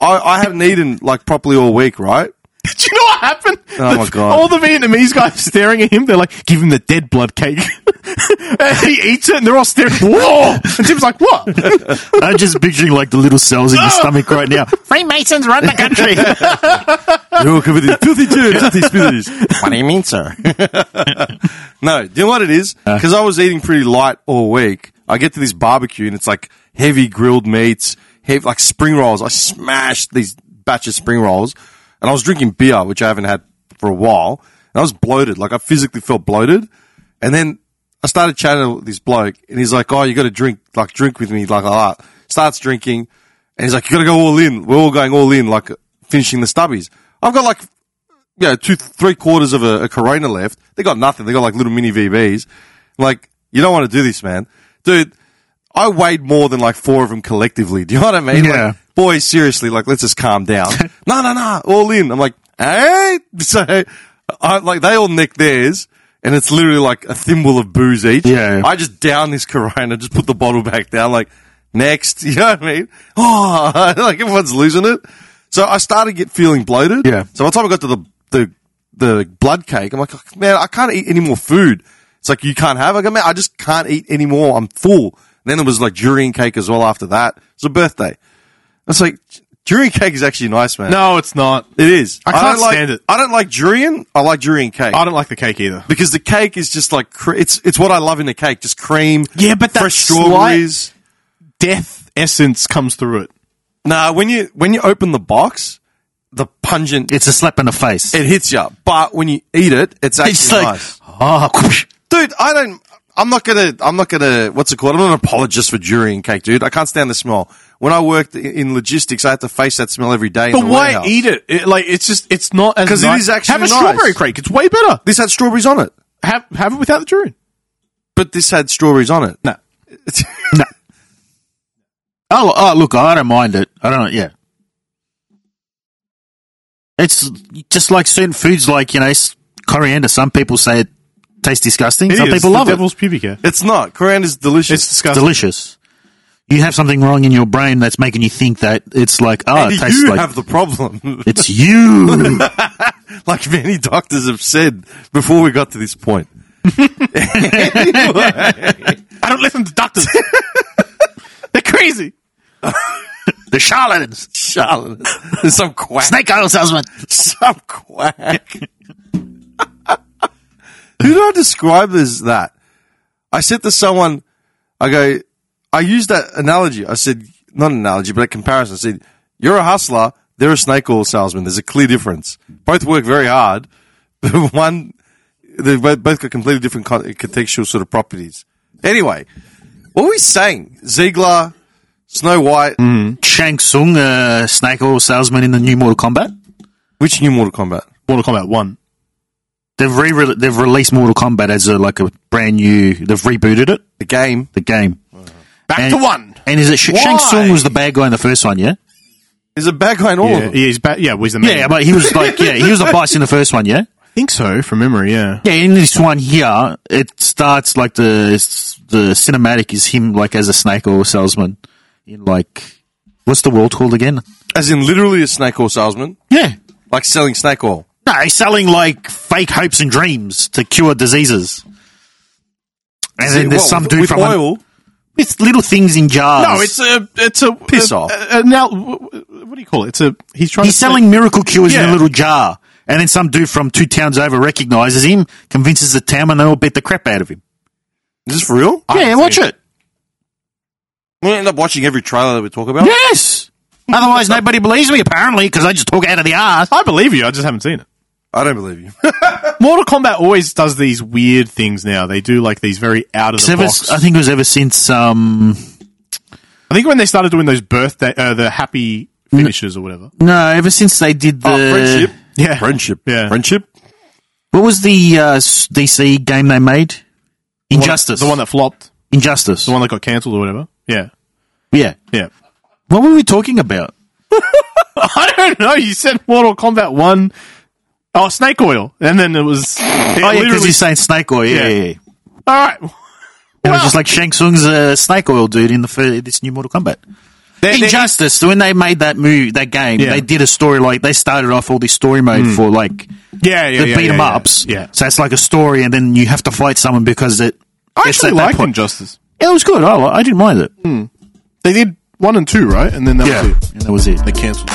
Speaker 1: I, I haven't eaten like properly all week, right?
Speaker 10: Did you know what happened?
Speaker 1: Oh,
Speaker 10: The-
Speaker 1: my God.
Speaker 10: All the Vietnamese guys staring at him. They're like, "Give him the dead blood cake." and he eats it, and they're all staring. Whoa! And Tim's like, "What?"
Speaker 8: I'm just picturing like the little cells in your stomach right now. Freemasons run the country.
Speaker 1: You're all covered in filthy tubes, filthy smithies. What do you mean, sir? no, do you know what it is? Because I was eating pretty light all week. I get to this barbecue and it's like heavy grilled meats, heavy, like spring rolls. I smashed these batch of spring rolls and I was drinking beer, which I haven't had for a while. And I was bloated. Like I physically felt bloated. And then I started chatting with this bloke and he's like, Oh, you got to drink, like drink with me, like ah. Starts drinking and he's like, You got to go all in. We're all going all in, like finishing the stubbies. I've got like you know, two, three quarters of a, a Corona left. They got nothing. They got like little mini VBs. Like, you don't want to do this, man. Dude, I weighed more than like four of them collectively. Do you know what I mean?
Speaker 8: Yeah.
Speaker 1: Like, boys, seriously, like, let's just calm down. no, no, no, all in. I'm like, eh? So, I, like, they all nick theirs. And it's literally like a thimble of booze each.
Speaker 8: Yeah.
Speaker 1: I just down this Corona, just put the bottle back down, like, next. You know what I mean? Oh, like everyone's losing it. So I started get feeling bloated.
Speaker 8: Yeah.
Speaker 1: So by the time I got to the the the blood cake, I'm like, "Oh, man, I can't eat any more food. It's like you can't have. I go, man, I just can't eat any more. I'm full. And then it was like durian cake as well. After that, it's a birthday. It's like durian cake is actually nice, man.
Speaker 10: no, it's not.
Speaker 1: it is.
Speaker 10: I can't
Speaker 1: don't like,
Speaker 10: stand it.
Speaker 1: I don't like durian. I like durian cake
Speaker 10: I don't like the cake either.
Speaker 1: because the cake is just like cre- it's it's what I love in a cake. Just cream.
Speaker 10: Yeah, but that
Speaker 1: fresh strawberries.
Speaker 10: Death essence comes through it.
Speaker 1: Nah, when you when you open the box, the pungent
Speaker 8: it's a slap in the face.
Speaker 1: it hits you. But when you eat it, it's actually
Speaker 8: It's like,
Speaker 1: nice.
Speaker 10: Ah,
Speaker 8: oh,
Speaker 1: dude. I don't. I'm not gonna. I'm not gonna. What's it called? I'm not an apologist for durian cake, dude. I can't stand the smell. When I worked i- in logistics, I had to face that smell every day. in
Speaker 10: But
Speaker 1: the
Speaker 10: why
Speaker 1: warehouse.
Speaker 10: eat it? It- Like it's just it's not as
Speaker 1: 'Cause it
Speaker 10: nice.
Speaker 1: is actually
Speaker 10: have a
Speaker 1: nice.
Speaker 10: strawberry cake. It's way better.
Speaker 1: This had strawberries on it,
Speaker 10: Have have it without the durian.
Speaker 1: but this had strawberries on it.
Speaker 10: No.
Speaker 8: no. Oh, oh, look, I don't mind it. I don't, yeah. It's just like certain foods, like, you know, s- coriander. Some people say it tastes disgusting. Some people love it.
Speaker 10: Devil's pubic hair.
Speaker 1: it's not. Coriander's delicious.
Speaker 10: It's disgusting.
Speaker 8: Delicious. You have something wrong in your brain that's making you think that it's like, oh,
Speaker 1: Andy,
Speaker 8: it tastes
Speaker 1: you
Speaker 8: like.
Speaker 1: have the problem,
Speaker 8: it's you.
Speaker 1: like many doctors have said before we got to this point.
Speaker 10: I don't listen to doctors. They're crazy.
Speaker 8: the charlatans.
Speaker 1: Charlotte, there's some quack,
Speaker 8: Snake oil salesman.
Speaker 1: some quack. Who do I describe as that? I said to someone, I go, I used that analogy. I said, not an analogy, but a comparison. I said, you're a hustler, they're a snake oil salesman. There's a clear difference. Both work very hard, but one, they've bo- both got completely different con- contextual sort of properties. Anyway, what were we saying? Ziegler, Snow White,
Speaker 8: Shang Tsung, uh, snake oil salesman in the new Mortal Kombat.
Speaker 1: which new Mortal Kombat?
Speaker 10: Mortal Kombat One.
Speaker 8: They've re they've released Mortal Kombat as a like a brand new. They've rebooted it,
Speaker 1: The game.
Speaker 8: the game.
Speaker 10: Back
Speaker 8: And-
Speaker 10: to one.
Speaker 8: And is it Sh- Shang
Speaker 1: Why?
Speaker 8: Tsung was the bad guy in the first one? Yeah,
Speaker 1: There's a bad guy in all
Speaker 10: Yeah,
Speaker 1: of them.
Speaker 10: yeah, he's back. Yeah, was the
Speaker 8: yeah, but he was like yeah, he was the boss in the first one. Yeah,
Speaker 10: I think so from memory. Yeah,
Speaker 8: yeah. In this one here, it starts like the it's- the cinematic is him like as a snake oil salesman in like what's the world called again?
Speaker 1: As in literally a snake oil salesman,
Speaker 8: Yeah,
Speaker 1: like selling snake oil.
Speaker 8: no, he's selling like fake hopes and dreams to cure diseases. And then there's
Speaker 1: Well,
Speaker 8: some dude
Speaker 1: with
Speaker 8: from an-
Speaker 1: oil.
Speaker 8: with little things in jars.
Speaker 10: no, it's a it's a
Speaker 1: Piss
Speaker 10: a-
Speaker 1: off.
Speaker 10: a- a- now, wh- wh- what do you call it? It's a he's trying.
Speaker 8: He's
Speaker 10: to sell-
Speaker 8: selling miracle cures in
Speaker 10: Yeah.
Speaker 8: a little jar, and then some dude from two towns over recognizes him, convinces the town, and they all beat the crap out of him.
Speaker 5: Is this real?
Speaker 8: yeah, watch it.
Speaker 5: We end up watching every trailer that we talk about.
Speaker 8: Yes. Otherwise, nobody believes me. Apparently, because I just talk out of the ass.
Speaker 10: I believe you. I just haven't seen it.
Speaker 5: I don't believe you.
Speaker 10: Mortal Kombat always does these weird things. Now they do like these very out of the
Speaker 8: Ever,
Speaker 10: box.
Speaker 8: I think it was ever since um
Speaker 10: I think when they started doing those birthday, uh, the happy finishes or whatever.
Speaker 8: no ever since they did
Speaker 10: Uh,
Speaker 8: the
Speaker 5: oh, friendship.
Speaker 10: Yeah.
Speaker 5: Friendship.
Speaker 10: Yeah.
Speaker 5: Friendship.
Speaker 8: what was the uh, s- DC game they made
Speaker 10: The one-
Speaker 8: Injustice
Speaker 10: the one that flopped,
Speaker 8: Injustice
Speaker 10: the one that got cancelled or whatever. Yeah,
Speaker 8: yeah
Speaker 10: yeah.
Speaker 8: what were we talking about
Speaker 10: I don't know. You said Mortal Kombat one. Oh, Snake Oil, and then it was. it
Speaker 8: oh yeah because
Speaker 10: literally-
Speaker 8: he's saying snake oil
Speaker 10: Yeah.
Speaker 8: yeah, yeah. yeah.
Speaker 10: all right.
Speaker 8: And it was
Speaker 10: Well-
Speaker 8: just like Shang Tsung's uh, snake oil dude in the fir- this new Mortal Kombat.
Speaker 10: They- they-
Speaker 8: Injustice. When they made that move, that game,
Speaker 10: Yeah. Hmm.
Speaker 8: they did a story like they started off all this story mode for like
Speaker 10: Yeah, yeah,
Speaker 8: the
Speaker 10: yeah,
Speaker 8: beat 'em
Speaker 10: yeah, yeah.
Speaker 8: ups.
Speaker 10: Yeah,
Speaker 8: So it's like a story, and then you have to fight someone because it.
Speaker 10: I
Speaker 8: it's
Speaker 10: actually
Speaker 8: at that
Speaker 10: liked
Speaker 8: point.
Speaker 10: Injustice.
Speaker 8: It was good. I, li- I didn't mind it.
Speaker 10: They did one and two, right? And then that was it.
Speaker 8: and that was it.
Speaker 10: They cancelled.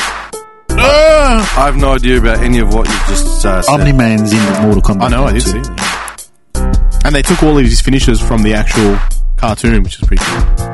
Speaker 5: I have no idea about any of what you just uh, said.
Speaker 8: Omni Man's in Mortal Kombat.
Speaker 10: I know, I did
Speaker 8: too.
Speaker 10: see it. And they took all of his finishes from the actual cartoon, which is pretty cool.